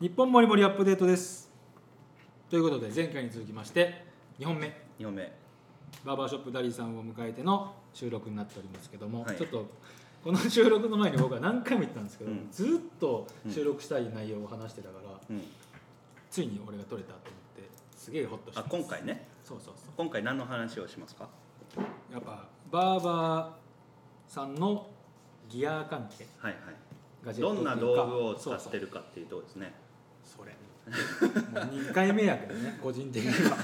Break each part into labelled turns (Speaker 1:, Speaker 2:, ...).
Speaker 1: 日本もりもりアップデートですということで前回に続きまして2本目
Speaker 2: 2本目
Speaker 1: バーバーショップダリーさんを迎えての収録になっておりますけども、
Speaker 2: はい
Speaker 1: ちょっとこの収録の前に僕は何回も言ったんですけど、
Speaker 2: うん
Speaker 1: ずっと収録したい内容を話してたから、
Speaker 2: うん
Speaker 1: ついに俺が取れたと思ってすげえホッとして
Speaker 2: あ
Speaker 1: ます
Speaker 2: 今回ね
Speaker 1: そうそうそ
Speaker 2: 今回何の話をしますか
Speaker 1: うやっぱバーバーさんのギア関係
Speaker 2: はいは
Speaker 1: ガ
Speaker 2: い
Speaker 1: ジェ
Speaker 2: ど
Speaker 1: ット
Speaker 2: んな
Speaker 1: っていう
Speaker 2: 道
Speaker 1: か
Speaker 2: 具を使
Speaker 1: そう
Speaker 2: っ
Speaker 1: そ
Speaker 2: て
Speaker 1: う
Speaker 2: るかっていうとこですね
Speaker 1: それもう2回目やけどね個人的に は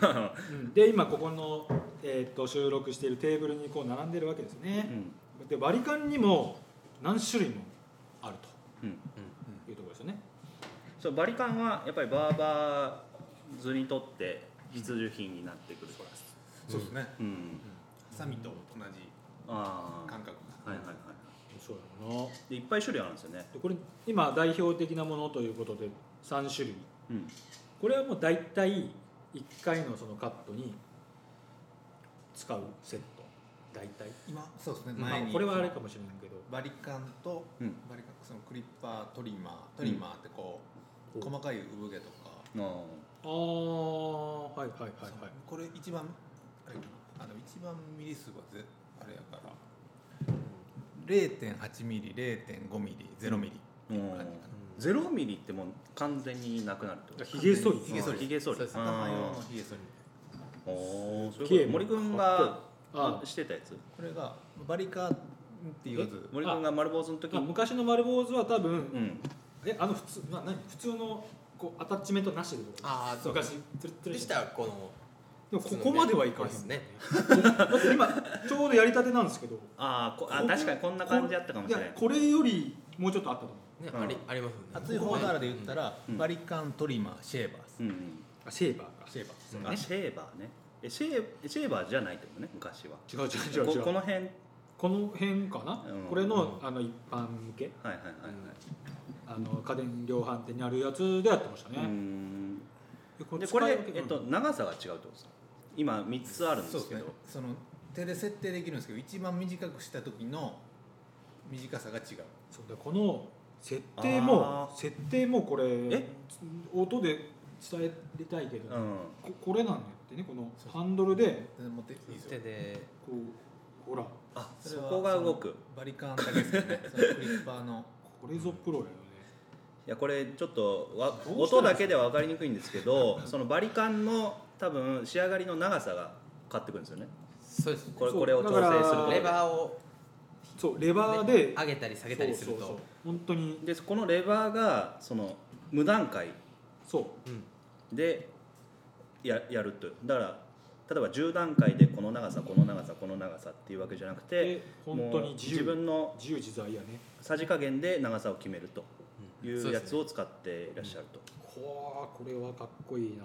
Speaker 2: まあ
Speaker 1: うんで今ここの、えーっと収録しているテーブルにこう並んでるわけです
Speaker 2: う
Speaker 1: ね、
Speaker 2: ん
Speaker 1: で割り勘にも何種類もある
Speaker 2: うん
Speaker 1: というところですよね
Speaker 2: そうバリカンはやっぱりバーバー図にとって必需品になってくるから
Speaker 3: そうですね。
Speaker 2: うん、
Speaker 3: ハサミと同じ
Speaker 2: あ
Speaker 3: 感覚
Speaker 2: あはいはいはい
Speaker 1: そうやろな
Speaker 2: でいっぱい種類あるんですよね
Speaker 1: でこれ今代表的なものということで3種類
Speaker 2: うん
Speaker 1: これはもう大体1回のそのカットに使うセット大体
Speaker 3: 今そうですね。
Speaker 1: まあ
Speaker 3: 前に
Speaker 1: これはあれかもしれないけど
Speaker 3: バリカンと
Speaker 2: うん
Speaker 3: バリカンそのクリッパートリマートリマーってこ
Speaker 1: うん
Speaker 3: う細かい産毛とか
Speaker 2: あー
Speaker 1: ああはいはいはい
Speaker 3: そ
Speaker 1: は
Speaker 3: う
Speaker 1: い
Speaker 3: これ一番あれかなあの一番ミリ数はぜあれやから0.8ミリ0.5ミリ0ミリ
Speaker 2: うんゼロミリってもう完全になくなるってこと
Speaker 1: ひげ剃り
Speaker 3: ひげ剃り
Speaker 2: ひげ剃り
Speaker 3: そうです頭用のひげ剃り
Speaker 2: おおーそう
Speaker 1: すっげ
Speaker 2: い
Speaker 1: え
Speaker 2: うこと森く
Speaker 1: か
Speaker 2: んが
Speaker 1: あ
Speaker 2: してたやつ
Speaker 3: これがバリカンって言わず
Speaker 2: 森くんが丸坊主の時
Speaker 1: あ
Speaker 2: に
Speaker 1: 昔の丸坊主は多分、
Speaker 2: うん
Speaker 1: えあの普通な何普通のこうアタッチメントなしで
Speaker 4: ああそうか
Speaker 1: 昔つるつる
Speaker 4: でしたらこの
Speaker 1: でもここまではいかへん
Speaker 4: ですね
Speaker 1: だって今ちょうどやりたてなんですけど
Speaker 2: あーこあ
Speaker 1: こ
Speaker 2: 確かにこんな感じあったかもしれない
Speaker 1: やこれよりもうちょっとあったと思
Speaker 4: ね
Speaker 2: うん
Speaker 4: ありありますよね
Speaker 3: 熱い方からで言ったら
Speaker 2: うん
Speaker 3: バリカントリマーシェーバー
Speaker 2: う
Speaker 3: ス
Speaker 2: んうん
Speaker 1: うあシェーバーか
Speaker 3: シェーバース
Speaker 4: うん
Speaker 2: あシェーバーねえシェーシェーバーじゃないってことね昔 は
Speaker 1: 違う違う違う違
Speaker 2: こ
Speaker 1: う
Speaker 2: この辺はい
Speaker 1: この辺かな、
Speaker 2: うん
Speaker 1: これの,、
Speaker 4: うん
Speaker 1: あの一般向け
Speaker 2: はいはいは
Speaker 1: あの家電量販店にあるやつでやってましたね
Speaker 2: い、うー、ん
Speaker 1: でこ
Speaker 2: でこ
Speaker 1: 使い
Speaker 2: れ
Speaker 1: 分け、
Speaker 2: えっと、長さが違うってことですか今3つあるんですけど
Speaker 3: そうですねその手で設定できるんですけど一番短くした時の短さが違う
Speaker 1: そうでこの設定も
Speaker 2: あー
Speaker 1: 設定もこれ
Speaker 2: え
Speaker 1: 音で伝えたいけど、
Speaker 2: うん
Speaker 1: ここれなんだってねこのハンドルで
Speaker 3: 手で持っていいです
Speaker 4: 手
Speaker 3: よ
Speaker 4: で
Speaker 1: こうほら
Speaker 2: あ
Speaker 3: そ
Speaker 2: そ
Speaker 3: れは
Speaker 2: こが動くい
Speaker 3: そのバリカンだけです よねそのクリッパーの
Speaker 1: これぞプロやよね、
Speaker 2: やこれちょっとわ
Speaker 1: どうしたら
Speaker 2: 音だけでは分かりにくいんですけどそのバリカンの多分仕上がりの長さが変わってくるんですよね
Speaker 4: そうです
Speaker 2: これ
Speaker 1: そう
Speaker 2: これを調整する
Speaker 1: だ
Speaker 2: こ
Speaker 1: から
Speaker 2: と
Speaker 4: レ
Speaker 2: で
Speaker 4: バーを
Speaker 1: そうレバーで
Speaker 4: 上げたり下げたりする
Speaker 1: そうそう
Speaker 4: と
Speaker 1: そう本当に
Speaker 2: でこのレバーがその無段階
Speaker 1: そう
Speaker 4: うん
Speaker 2: でややるとだから例えば10段階でこの長さこの長さこの長さっていうわけじゃなくて
Speaker 1: で本当
Speaker 2: もう
Speaker 1: に自
Speaker 2: 自
Speaker 1: 由
Speaker 2: 分の
Speaker 1: 自由自在やね
Speaker 2: さじ加減で長さを決めるとい
Speaker 4: そ
Speaker 2: う
Speaker 4: うで
Speaker 2: や
Speaker 4: すね
Speaker 2: つを使っていらっしゃると、
Speaker 1: こわこれはかっこいいな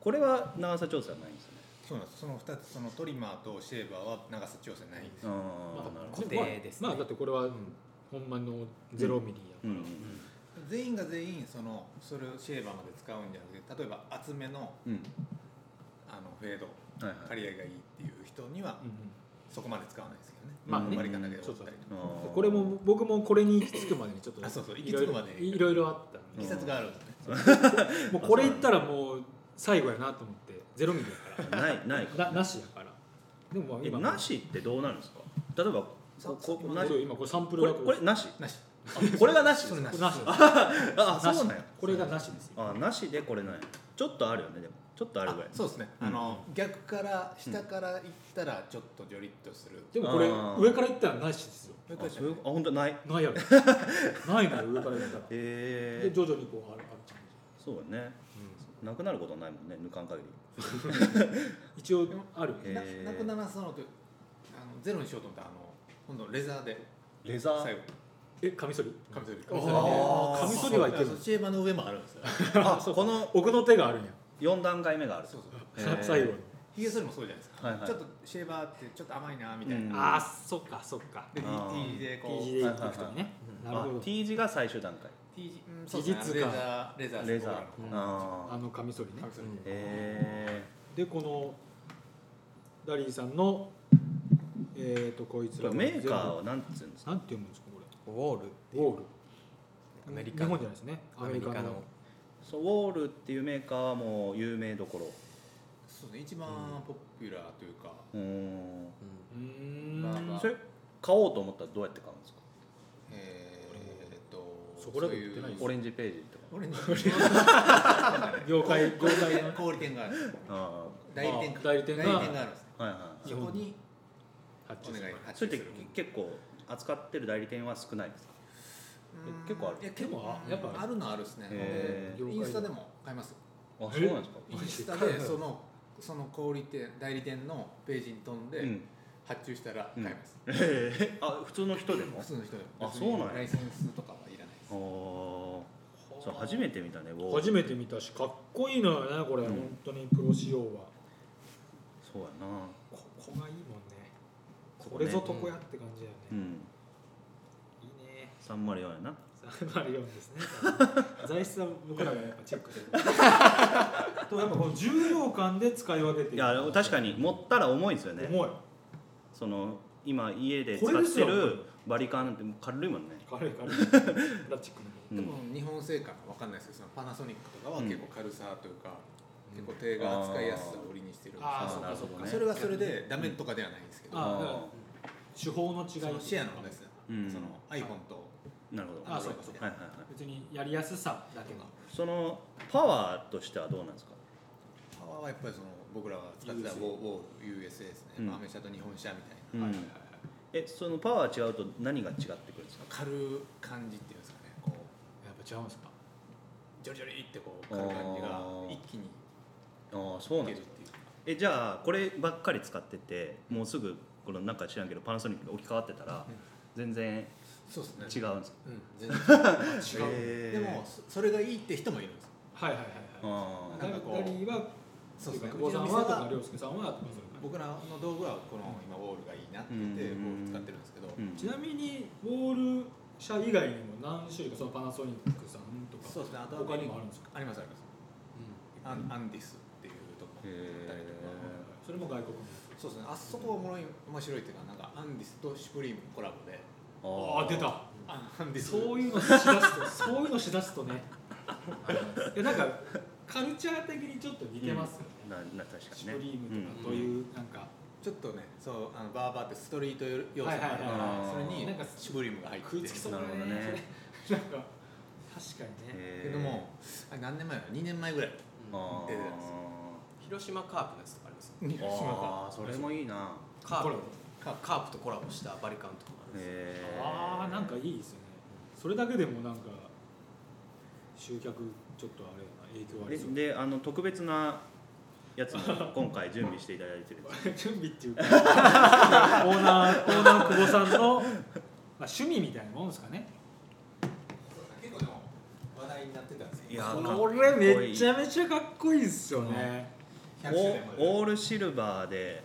Speaker 2: これは長さ調整はないんですよね
Speaker 3: そうなんですその2つそのトリマーとシェーバーは長さ調整ないんです
Speaker 2: あ
Speaker 3: よ
Speaker 2: あ
Speaker 1: ま
Speaker 2: な
Speaker 1: あ
Speaker 2: るほ
Speaker 4: 固定ですね
Speaker 1: まあだってこれは、ほんまのゼロミリや、
Speaker 2: ど、うん
Speaker 3: 全員が全員そのそれをシェーバーまで使うんじゃなくて例えば厚めの
Speaker 2: うん
Speaker 3: あのフェード
Speaker 2: うん、はいはい
Speaker 3: 刈り上げがいいっていう人には
Speaker 1: うんうん
Speaker 3: そこまで使わないですけどね,、
Speaker 1: まあね
Speaker 3: バリカンだけで終わったりとか
Speaker 2: あー
Speaker 1: これも僕もこれに行き着くまでにちょっと
Speaker 3: あそうそう
Speaker 1: いろいろ
Speaker 3: 行き着くまで
Speaker 1: いろいろあったん
Speaker 2: う
Speaker 3: 季
Speaker 1: で
Speaker 2: ん
Speaker 3: 節があるんですね
Speaker 1: もうこれ行ったらもう最後やなと思ってゼロミリやから
Speaker 2: ないない
Speaker 1: ななしやからでもまあ
Speaker 2: え
Speaker 1: 今
Speaker 2: なしってどうなるんですか例えばこ
Speaker 3: さ
Speaker 2: ここ
Speaker 3: 今
Speaker 2: なし
Speaker 1: そう今これサンプ
Speaker 2: こ
Speaker 1: ル
Speaker 2: れ
Speaker 1: だ
Speaker 2: これなし
Speaker 3: なし
Speaker 2: あこれがなし
Speaker 3: それな
Speaker 1: こ
Speaker 3: し
Speaker 1: れなし
Speaker 2: ああそうなんや
Speaker 1: これがなしですよ
Speaker 2: あなしでこれなんやちょっとあるよねでもちょっとあるぐらい
Speaker 3: そうですね、
Speaker 2: うん
Speaker 3: あの逆から下から行ったらちょっとジョリッとする、
Speaker 1: でもこれ
Speaker 2: あー
Speaker 1: 上から行ったらなしですよ
Speaker 3: そういう
Speaker 2: あ
Speaker 3: ことじ
Speaker 2: そうい
Speaker 3: ゃ
Speaker 2: う
Speaker 3: ない
Speaker 2: あ本当ないへ
Speaker 1: ないや ろないのよ上から行ったら
Speaker 2: え
Speaker 1: で徐々にこうあるある感
Speaker 2: そうだねなくなることはないもんね抜かん限り
Speaker 1: じ一応あるよ
Speaker 2: え
Speaker 1: ね
Speaker 3: な
Speaker 2: へー
Speaker 3: なくならそのとあのゼロにしようと思ったらあの今度レザーで
Speaker 2: レザ
Speaker 3: 最後
Speaker 1: えカミソリ
Speaker 3: カミソリ
Speaker 1: あー
Speaker 3: カ
Speaker 1: カミ
Speaker 3: ミ
Speaker 1: ソ
Speaker 3: ソ
Speaker 1: リ
Speaker 3: リ
Speaker 1: は
Speaker 3: はいい
Speaker 1: け
Speaker 3: け
Speaker 1: る
Speaker 3: るシェーバーの上もあるんですよ
Speaker 2: あこの
Speaker 1: 奥の手があるんや
Speaker 2: 4段階目がある
Speaker 3: そうそう
Speaker 2: へ ー
Speaker 1: 最後の
Speaker 3: ヒゲ剃りもそうじゃないですか、
Speaker 2: はいはい
Speaker 3: ちょっとシェーバーってちょっと甘いなみたいな、
Speaker 2: うん
Speaker 1: ああそっかそっか
Speaker 3: で T
Speaker 2: あー
Speaker 3: 字で
Speaker 1: T
Speaker 3: こう
Speaker 1: 字
Speaker 3: T
Speaker 1: で
Speaker 3: 字
Speaker 1: 行く人ねなるほ
Speaker 2: あ
Speaker 1: ど
Speaker 2: T 字が最終段階
Speaker 3: T 字うんそうですね
Speaker 1: 技術
Speaker 3: レ
Speaker 1: か
Speaker 3: ザーレザー
Speaker 2: レザー
Speaker 3: そうなの
Speaker 2: あ
Speaker 1: あのカミソリね
Speaker 3: カミソリ
Speaker 4: うん
Speaker 2: ーへ
Speaker 1: でこのダリーさんのえっとこいつ
Speaker 2: え
Speaker 1: ら
Speaker 2: メーカー
Speaker 1: は
Speaker 2: はなんつうんですか
Speaker 1: 全部なんて読むんですかこ
Speaker 4: ウォール
Speaker 1: れウォール
Speaker 4: メリ
Speaker 1: 日
Speaker 4: カ
Speaker 1: 本じゃない
Speaker 4: の
Speaker 1: ですね
Speaker 4: アメリカの
Speaker 2: そうウォールっていうメーカーはもう有名どころ
Speaker 3: そうですね一番ポピュラーというか、
Speaker 2: うー
Speaker 1: う
Speaker 2: ん
Speaker 1: ーん
Speaker 3: まあまあ
Speaker 2: それ買おうと思ったらどうやって買うんですか
Speaker 3: えーっと
Speaker 1: そこらで売ってないで
Speaker 3: そうい
Speaker 1: す
Speaker 3: う
Speaker 2: オレンジページとか
Speaker 3: 俺に
Speaker 1: 業界業界の
Speaker 3: 小売店がある
Speaker 2: あ
Speaker 3: 代理店か
Speaker 1: あ代理店が
Speaker 3: あるんですね
Speaker 2: あはいはい
Speaker 3: そこに
Speaker 1: 発
Speaker 3: お
Speaker 1: 注
Speaker 3: 願
Speaker 1: す
Speaker 3: い
Speaker 1: る
Speaker 3: 発
Speaker 2: そ
Speaker 3: 注
Speaker 2: れ
Speaker 3: す
Speaker 2: って
Speaker 3: る
Speaker 2: 結構扱ってる代理店は少ないですか
Speaker 3: うん
Speaker 2: 結構ある
Speaker 3: いや結
Speaker 1: でも
Speaker 3: 構
Speaker 1: あやっぱ
Speaker 3: あるのはあるですね
Speaker 2: へ
Speaker 1: ー
Speaker 3: インスタでも買います
Speaker 2: あそうなんですか
Speaker 3: インス
Speaker 1: マ
Speaker 3: タ
Speaker 1: ジで
Speaker 3: でそのその小売店代理店のページに飛ん
Speaker 2: う
Speaker 3: で
Speaker 2: ん
Speaker 3: 発注したら買います、
Speaker 2: えーあ普通の人でも
Speaker 3: 普通の人でも
Speaker 2: あそうなんや
Speaker 3: 別にライセンスとかはいらないです
Speaker 2: ああそう初めて見たねウォール
Speaker 1: 初めて見たしかっこいいのよねこれ、
Speaker 2: うん
Speaker 1: 本当にプロ仕様は
Speaker 2: そうやな
Speaker 1: ここがいいもんね
Speaker 2: こ
Speaker 1: こ
Speaker 2: こね
Speaker 1: れぞ床屋って感じだよ
Speaker 2: う
Speaker 1: ね、
Speaker 2: ん
Speaker 1: いいね
Speaker 2: 304やな
Speaker 1: 304です ね材質は僕らがやっぱチェッ クしてるとやっぱこの重量感で使い分けて
Speaker 2: い
Speaker 1: い
Speaker 2: や確か
Speaker 1: に
Speaker 2: に持ったら重いですよね
Speaker 1: 重い
Speaker 2: その今家で使
Speaker 1: これで
Speaker 2: っ
Speaker 1: す
Speaker 2: て
Speaker 1: よ
Speaker 2: るバリカンって軽いもんね
Speaker 1: 軽い軽 いプラスチックの
Speaker 2: うん
Speaker 3: でも日本製かわかんないですけどそのパナソニックとかは
Speaker 2: うん
Speaker 3: 結構軽さというか、結構手が扱いやすさを売りにしてるんですよ
Speaker 1: ああ
Speaker 2: ー
Speaker 1: そう
Speaker 2: な
Speaker 1: か
Speaker 2: る
Speaker 1: そ
Speaker 2: ほ
Speaker 1: う
Speaker 2: ど
Speaker 1: か、
Speaker 2: ね
Speaker 3: それはそれでダメとかではないんですけど、
Speaker 1: ああだから手法の違い
Speaker 3: そのシェアの問題ですね、
Speaker 2: うん
Speaker 3: その iPhone と
Speaker 2: なるほど
Speaker 1: あそうかそう
Speaker 2: はいはいはい
Speaker 1: 別にやりやすさだけが
Speaker 2: そのパワーとしてはどうなんですか
Speaker 3: パワーはやっぱりその僕らが使ってたウォ
Speaker 1: USA
Speaker 3: ーウォール USA ですね、
Speaker 2: うん
Speaker 3: まあアメ車と日本車みたいな、
Speaker 2: うん
Speaker 3: はいはいはい
Speaker 2: えそのパワー違うと何が違ってくるんですか
Speaker 3: 軽い感じっていうんですかねこう
Speaker 1: やっぱ違うんですか
Speaker 3: ジョリジョリってこう軽い感じが一気に
Speaker 2: ああそうないん
Speaker 3: け
Speaker 2: で
Speaker 3: るっ
Speaker 2: す
Speaker 3: て
Speaker 2: か
Speaker 3: いう
Speaker 2: えじゃあこればっかり使っててもうすぐこのなんか知らんけどパナソニックに置き換わってたら
Speaker 3: うん
Speaker 2: 全然
Speaker 3: そうですね
Speaker 2: 違うんですか
Speaker 3: うん
Speaker 1: 違
Speaker 3: 全
Speaker 1: う、
Speaker 3: 然違うでもそそれがいいって人もいるんです
Speaker 1: はいはいはいはい
Speaker 2: あ
Speaker 3: なん
Speaker 1: ダ
Speaker 3: かこう
Speaker 1: リーは
Speaker 3: そうですね
Speaker 1: 久保さん
Speaker 3: うちの
Speaker 1: は
Speaker 3: 店
Speaker 1: と
Speaker 3: は
Speaker 1: か涼介さんはとかそういう感
Speaker 3: 僕らの道具はこの今ウォールがいいなって言ってウ
Speaker 2: う
Speaker 3: ォ
Speaker 2: ん
Speaker 3: ール使ってるんですけど、
Speaker 2: ーうん
Speaker 1: じちなみにウォール社以外にも何種類かそのパナソニックさんとか
Speaker 3: そうですねあとは
Speaker 1: 他にもあるんですか、
Speaker 3: ありますありますアンアンディスっていうとこ
Speaker 2: へー
Speaker 3: だったりと
Speaker 1: はいはいは
Speaker 3: か
Speaker 1: いそれも外国の
Speaker 3: そうですねあそこはおもろい面白いっていうかなんかアンディスとシュプリームのコラボで
Speaker 1: ああ出た
Speaker 3: あアンディス
Speaker 1: そういうのしだすとそういうのしだすとねいやなんかカルチャー的にちょっと似てますよね、
Speaker 2: なな確かに
Speaker 1: シ
Speaker 2: ね
Speaker 1: ュプリームと
Speaker 2: うん
Speaker 1: かというなんか、
Speaker 3: ちょっとねそうあのバーバーってストリート要素があるから、
Speaker 1: はい
Speaker 2: はいはいはい
Speaker 3: それに
Speaker 1: なんか
Speaker 3: シュプリームが入って
Speaker 1: 食いつきそうだね
Speaker 2: なるほどね
Speaker 1: それ なんか確かにね、
Speaker 2: へ
Speaker 3: け
Speaker 2: ー
Speaker 3: どもあれ何年前だ2年前ぐらい
Speaker 2: あー
Speaker 3: 出てたんですよ
Speaker 4: 広島カープのやつとかありますよ
Speaker 3: に
Speaker 2: あーそれもいいな
Speaker 4: カー
Speaker 1: コ
Speaker 4: プ
Speaker 1: ラボ
Speaker 3: カープ
Speaker 4: カープとコラボしたバリカンとかもあるんですよ
Speaker 2: へー
Speaker 1: ああなんかいいですよねそれだけでもなんか集客ちょっとあれ影響あ
Speaker 2: で
Speaker 1: りそう
Speaker 2: であの特別なやつも今回準備していただい てるんです
Speaker 1: 準備っていうかオーナーオーナー久保さんの、まあ、趣味みたいなもんですかね
Speaker 3: 結構でも話題になってたんですよ
Speaker 2: いやーかっ
Speaker 1: こ
Speaker 2: こいい
Speaker 1: れめちゃめちゃかっこいいですよね、
Speaker 3: 100周年まで
Speaker 2: おオールシルバーで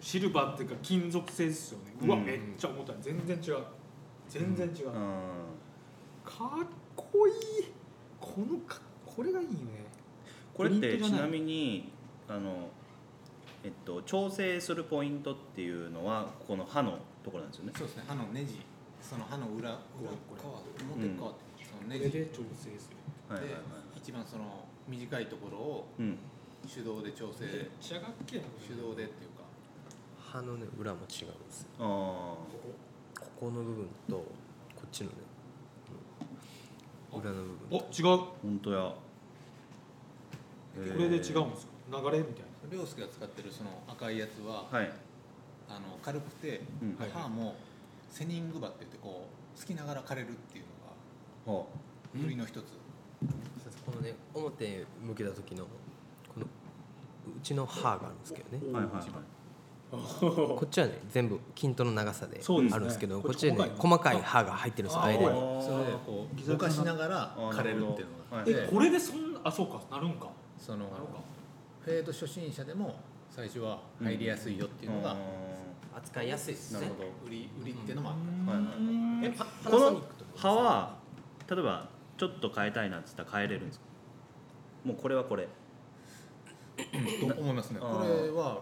Speaker 1: シルバーっていうか金属製ですよねうわ、
Speaker 2: うん
Speaker 1: めっちゃ重たい全然違う全然違う、
Speaker 2: うん
Speaker 1: かっこいいこのかこれがいいよね
Speaker 2: これっ
Speaker 1: プリ
Speaker 2: て
Speaker 1: ント
Speaker 2: ち
Speaker 1: じゃない
Speaker 2: なみにあのえっと調整するポイントっていうのはここの歯のところなんですよね
Speaker 3: そうですね歯のネジその歯の裏裏側表側って、その
Speaker 1: これ
Speaker 3: ネ
Speaker 1: で
Speaker 3: ジ
Speaker 1: 調
Speaker 3: で
Speaker 1: 整する
Speaker 2: はいはいはい
Speaker 3: 一番その短いところを
Speaker 2: うん
Speaker 3: 手動で調整
Speaker 1: めっちゃかっけえなこれ
Speaker 3: 手動でっていうか
Speaker 4: 歯のね裏も違うんですよ
Speaker 2: あ
Speaker 4: ここの部分とこっちのね
Speaker 1: うん
Speaker 4: 裏の部
Speaker 1: お違う
Speaker 2: あ本当やこ
Speaker 1: これで違うんですか流れみたい
Speaker 3: 涼介が使ってるその赤いやつは、
Speaker 2: はい
Speaker 3: あの軽くて、
Speaker 2: うん
Speaker 1: はい
Speaker 3: 歯もセニングバって言ってこう好きながら枯れるっていうの
Speaker 2: は
Speaker 3: が売りの一つ、
Speaker 4: 分このね表向けた時のこのうちの歯があるんですけど
Speaker 2: い
Speaker 4: ね
Speaker 2: はいはいはい
Speaker 1: な
Speaker 4: こっちはね全部筋トの長さで
Speaker 1: そうですね
Speaker 4: あるんですけど
Speaker 1: こ
Speaker 4: こ
Speaker 1: っ
Speaker 4: っ
Speaker 1: ち
Speaker 4: ちはね細かい歯が入ってるんですよ
Speaker 1: あー
Speaker 4: 間に
Speaker 2: あー
Speaker 3: それでこ
Speaker 1: ギ
Speaker 3: う
Speaker 1: ザギザな
Speaker 3: 動かしながら枯れるっていうのがあっ
Speaker 2: あー
Speaker 3: て
Speaker 2: なる
Speaker 1: えこれでそんなあそうかなるんか
Speaker 3: その
Speaker 1: なるんか
Speaker 3: フェード初心者でも最初は入りやすいよっていうのが
Speaker 2: あ
Speaker 4: 扱いやすいです
Speaker 2: ーな
Speaker 4: ね
Speaker 2: るほど
Speaker 3: 売り売りっていうのもあっ
Speaker 2: はいは
Speaker 1: うん
Speaker 2: え
Speaker 4: パ
Speaker 2: こ
Speaker 4: ナソニ
Speaker 2: の
Speaker 4: ックとか
Speaker 2: 歯は例えばちょっと変えたいなって言ったら変えれるんですかもうこれはこれ
Speaker 3: たと思いますね
Speaker 2: あ
Speaker 3: こ
Speaker 2: ー
Speaker 3: れは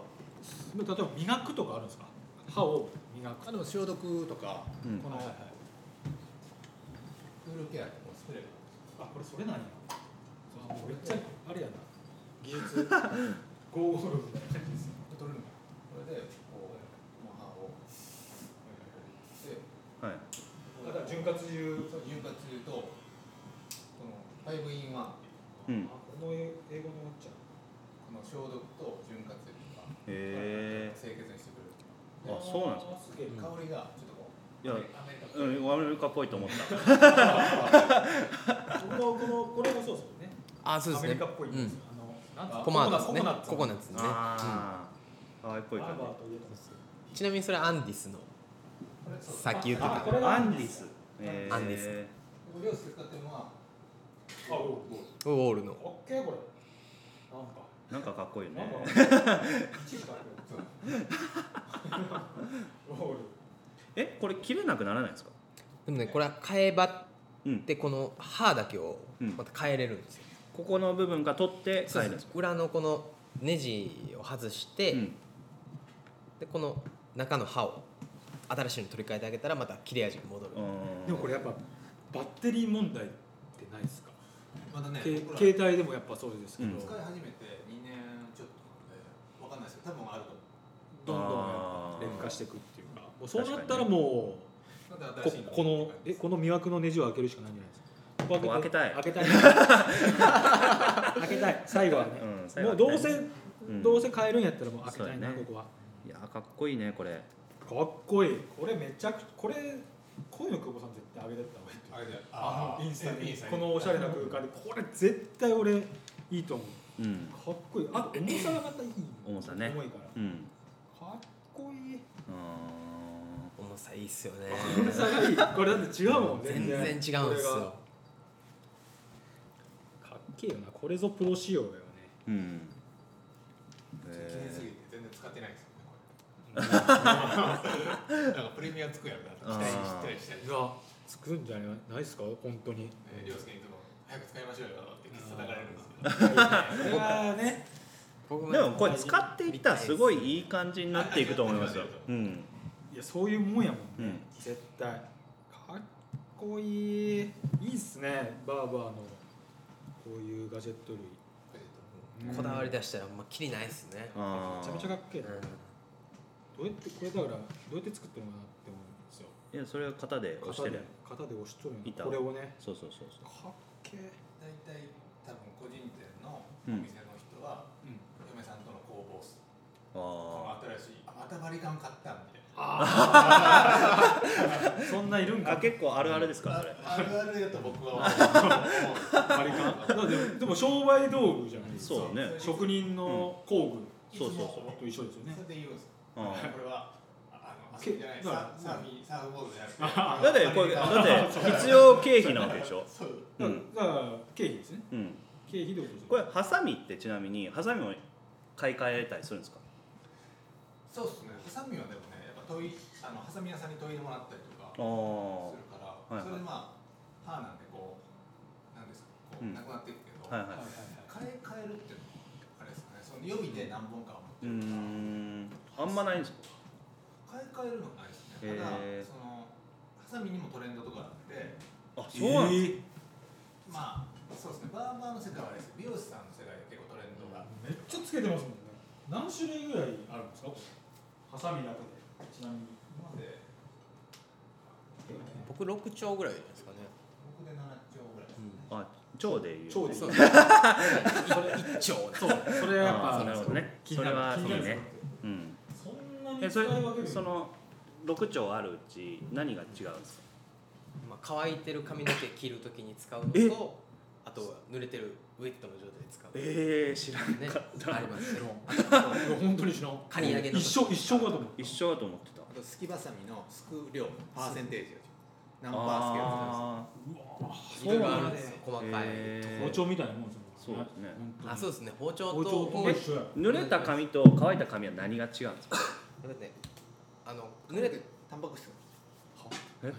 Speaker 1: 例えば磨くとかあるんですか歯を磨く
Speaker 3: あでも消毒とか、
Speaker 2: うん
Speaker 3: この
Speaker 1: はいはい
Speaker 3: ウールケアとか
Speaker 1: スプレーがあこれそれなんやあもうめっちゃあれやな技 術ゴーゴルみたいな感じですよ
Speaker 3: 取れるのこれでこうこの歯をで
Speaker 2: はい
Speaker 1: だから潤滑油
Speaker 3: そう潤滑油とこのファイブインワ
Speaker 2: うん
Speaker 3: ン
Speaker 1: あこの英語のおっちゃん
Speaker 3: この消毒と潤滑油とか
Speaker 2: へえ
Speaker 3: 清潔にしてくれる
Speaker 2: あそうなんですか
Speaker 1: あすげえ
Speaker 4: うん
Speaker 3: 香りがちょっとこう
Speaker 2: いや
Speaker 3: アメリカっぽい
Speaker 2: うんアメリカっぽいと思った
Speaker 1: このこのこれもそうですよね
Speaker 4: あそうです
Speaker 1: アメ
Speaker 4: ね
Speaker 1: リカっぽいんですよ、あのなんつうの
Speaker 4: コマーですね
Speaker 1: コ
Speaker 4: コ
Speaker 1: コ
Speaker 4: コ
Speaker 1: ナ
Speaker 4: ナ
Speaker 1: ッ
Speaker 4: ッ
Speaker 1: ツ
Speaker 4: ツね
Speaker 2: あーあーあれっぽい
Speaker 1: バー
Speaker 2: 感
Speaker 1: バーといえ
Speaker 4: う
Speaker 1: ば
Speaker 4: んそうちなみにそれはアンディスの
Speaker 3: これそう
Speaker 4: さっき言って
Speaker 1: あ
Speaker 4: た
Speaker 1: これ
Speaker 2: じ
Speaker 1: が
Speaker 2: アンディスへー
Speaker 4: アンディス
Speaker 3: これ両親使ってるのは
Speaker 1: あおう
Speaker 4: ウォールの
Speaker 1: オッケーこれなんか
Speaker 2: なんかかっこいい
Speaker 1: なん
Speaker 2: ね
Speaker 1: か一時からこれ
Speaker 3: そう
Speaker 1: ロール
Speaker 2: えこれ切れなくならないんですか
Speaker 4: でもねこれは変えばっ
Speaker 2: うん
Speaker 4: てこの歯だけを
Speaker 2: うん
Speaker 4: また変えれるんですよ、
Speaker 2: ここの部分が取って
Speaker 4: そう
Speaker 2: 変え
Speaker 4: で
Speaker 2: る
Speaker 4: す
Speaker 2: んですか
Speaker 4: 裏のこのネジを外して、
Speaker 2: うん
Speaker 4: でこの中の歯を新しいのに取り替えてあげたらまた切れ味が戻る、
Speaker 2: うん
Speaker 1: でもこれやっぱバッテリー問題ってないですか、
Speaker 3: まだね
Speaker 1: け
Speaker 3: 僕ら
Speaker 1: 携帯でもやっぱそうですけど、
Speaker 2: うん
Speaker 1: どん
Speaker 3: 使い始めて2年ちょっとなんで分かんないですけど多分あると
Speaker 1: どんや
Speaker 2: あ
Speaker 1: っぱ
Speaker 2: ー
Speaker 1: 劣化していくっていうかもうそうなったらも
Speaker 3: 思うなん
Speaker 1: う
Speaker 3: で
Speaker 1: こ
Speaker 3: 新しいの
Speaker 1: このえこの魅惑のネジを開けるしかないんじゃないですかここて
Speaker 2: もう
Speaker 1: 開けたい 開けたい最後はね、
Speaker 2: うん最後
Speaker 1: もう
Speaker 2: は開け
Speaker 1: ど
Speaker 2: た
Speaker 1: う
Speaker 2: いね
Speaker 1: せ、
Speaker 2: うん
Speaker 1: どうせ変えるんやったらもう開けたいな、
Speaker 2: そうだね
Speaker 1: ここはい
Speaker 2: やーかっこいいねこれ
Speaker 1: かっこいいこれめちゃくちゃこれこういうの久保さん絶対上げてった方がいいって
Speaker 3: あれだよ
Speaker 1: あのインスタにこのおしゃれな空間でこれ絶対俺いいと思う
Speaker 2: うん
Speaker 1: かっこいいあと重さがまたいい
Speaker 2: 重さね
Speaker 1: 重いから
Speaker 2: うん
Speaker 1: かっこいい
Speaker 2: あ
Speaker 4: 重さいいっすよね
Speaker 1: 重さがいいこれだって違うもん
Speaker 4: 全然違うんですよ
Speaker 1: これがかっけえよなこれぞプロ仕様だよね
Speaker 2: ーうん
Speaker 3: 記
Speaker 2: へ
Speaker 3: 念す
Speaker 2: ー
Speaker 3: ぎて全然使ってないですよねこれなんかプレミアつくやろなと期待したりしたり
Speaker 1: いやつくんじゃないですか本当に
Speaker 3: えー凌介いつも早く使いましょうよって喫茶流れるんですけ
Speaker 1: こ
Speaker 3: ど
Speaker 1: れはね
Speaker 4: 僕
Speaker 2: でもこれ使っていったらすごいいい感じになっていくと思いますよ。うん。
Speaker 1: いやそういうもんやもんね、
Speaker 2: うん
Speaker 1: 絶対かっこいいいいっすねバーバーのこういうガジェット類うん
Speaker 4: こだわり出したらあんまきりないっすね、
Speaker 2: あ
Speaker 1: めちゃめちゃ
Speaker 2: あ。
Speaker 1: かっけえなどうやってこれだからどうやって作ってるのかなって思うんですよ
Speaker 2: いやそれは型で押してる
Speaker 1: 型で
Speaker 2: やん。
Speaker 1: 型で押しとるんや
Speaker 2: 板
Speaker 1: これをね
Speaker 2: そうそうそうそ
Speaker 1: かっけえ
Speaker 3: 大体多分個人店のお店の人は
Speaker 1: うん
Speaker 3: 嫁さんとの工房
Speaker 2: う。
Speaker 3: 室
Speaker 2: あ
Speaker 3: この新しいあまたバリカン買ったみたいな
Speaker 1: そんないるん
Speaker 2: あ。あ
Speaker 1: か
Speaker 2: 結構あるあるですかそれ。
Speaker 3: あるあるやと僕は思
Speaker 1: バリカンだってでも商売道具じゃないですか
Speaker 2: そうね。
Speaker 1: 職人の工
Speaker 3: う
Speaker 2: そうそうそう
Speaker 1: 具と一緒ですよね
Speaker 3: それで言うんですよ
Speaker 2: あ
Speaker 3: これはああの遊びじゃない
Speaker 1: け
Speaker 3: サ
Speaker 1: うん
Speaker 3: サーフィンサーフボードじゃなくて
Speaker 2: あ。だってこれ だって必要経費なわけでしょ。
Speaker 3: そう
Speaker 2: う
Speaker 1: だ
Speaker 2: ん
Speaker 1: から経費ですね
Speaker 2: うん。
Speaker 1: 経費で落とす
Speaker 2: これハサミってちなみにハサミも買い替えれたりするんですか。
Speaker 3: そうっすねハサミはでもねやっぱ問いあのハサミ屋さんに研いでもらったりとか
Speaker 2: あ
Speaker 3: するから、
Speaker 2: はいはい
Speaker 3: それでまあ歯なんでこうなんですか
Speaker 2: う
Speaker 3: こう、
Speaker 2: ん
Speaker 3: なくなっていくけど、
Speaker 2: あ。はい
Speaker 1: はい
Speaker 2: は。
Speaker 1: はい
Speaker 3: 変え変えるっていうのはあれですかねその予備で何本かは
Speaker 2: うー
Speaker 3: 持ってるから
Speaker 2: ん。あんまないんですか。
Speaker 3: 買い替えるのはないですねただ
Speaker 2: へー
Speaker 3: そのハサミにもトレンドとかあって
Speaker 2: あ
Speaker 1: い
Speaker 2: そうなんですか。
Speaker 1: え
Speaker 3: まあそうですねバーバーの世界はあれです美容師さんの世界で結構トレンドがあって
Speaker 1: ーめっちゃつけてますもんね何種類ぐらいあるんですかこれハサミだけでちなみに
Speaker 3: 今まで
Speaker 4: 僕6兆ぐらいじゃないですかね、
Speaker 3: 僕で7兆ぐらいですね、
Speaker 2: あ蝶で言う。
Speaker 1: 超でいい
Speaker 4: そ
Speaker 1: そうう
Speaker 4: 1兆
Speaker 1: それはやっ
Speaker 2: あ
Speaker 1: ぱ
Speaker 2: ーなるほどね。
Speaker 1: 気
Speaker 2: そ
Speaker 1: にな
Speaker 2: れ
Speaker 1: る
Speaker 2: は
Speaker 1: 気に
Speaker 2: そう
Speaker 1: なる
Speaker 2: ね。うん。
Speaker 1: そんなに
Speaker 2: えそ
Speaker 1: 使い
Speaker 2: れ
Speaker 1: 分ける
Speaker 2: その6兆あるうち何が違うんですか
Speaker 4: まあ、乾いてる髪の毛切るときに使うのとあとは濡れてるウェットの状態で使う
Speaker 2: ええ知らん
Speaker 4: ねありますね
Speaker 1: いや本当に知らん
Speaker 4: 刈り上げの
Speaker 1: 一生一生だと思う
Speaker 2: 一緒だと思ってた
Speaker 3: あとすきばさみのすく量パーセンテージ何
Speaker 2: あ
Speaker 4: いろいろあるん
Speaker 1: ね
Speaker 4: ですよ細かい、
Speaker 2: えー
Speaker 1: 包丁みたいなもんです
Speaker 2: そうですね
Speaker 4: あそううですね包丁
Speaker 1: 包
Speaker 4: と
Speaker 1: 丁
Speaker 4: こ
Speaker 1: と
Speaker 4: う
Speaker 1: 一緒や
Speaker 2: ー濡れた髪と乾いた髪は何が違うんですか
Speaker 4: だってねあの濡れて
Speaker 3: タンパク質
Speaker 2: え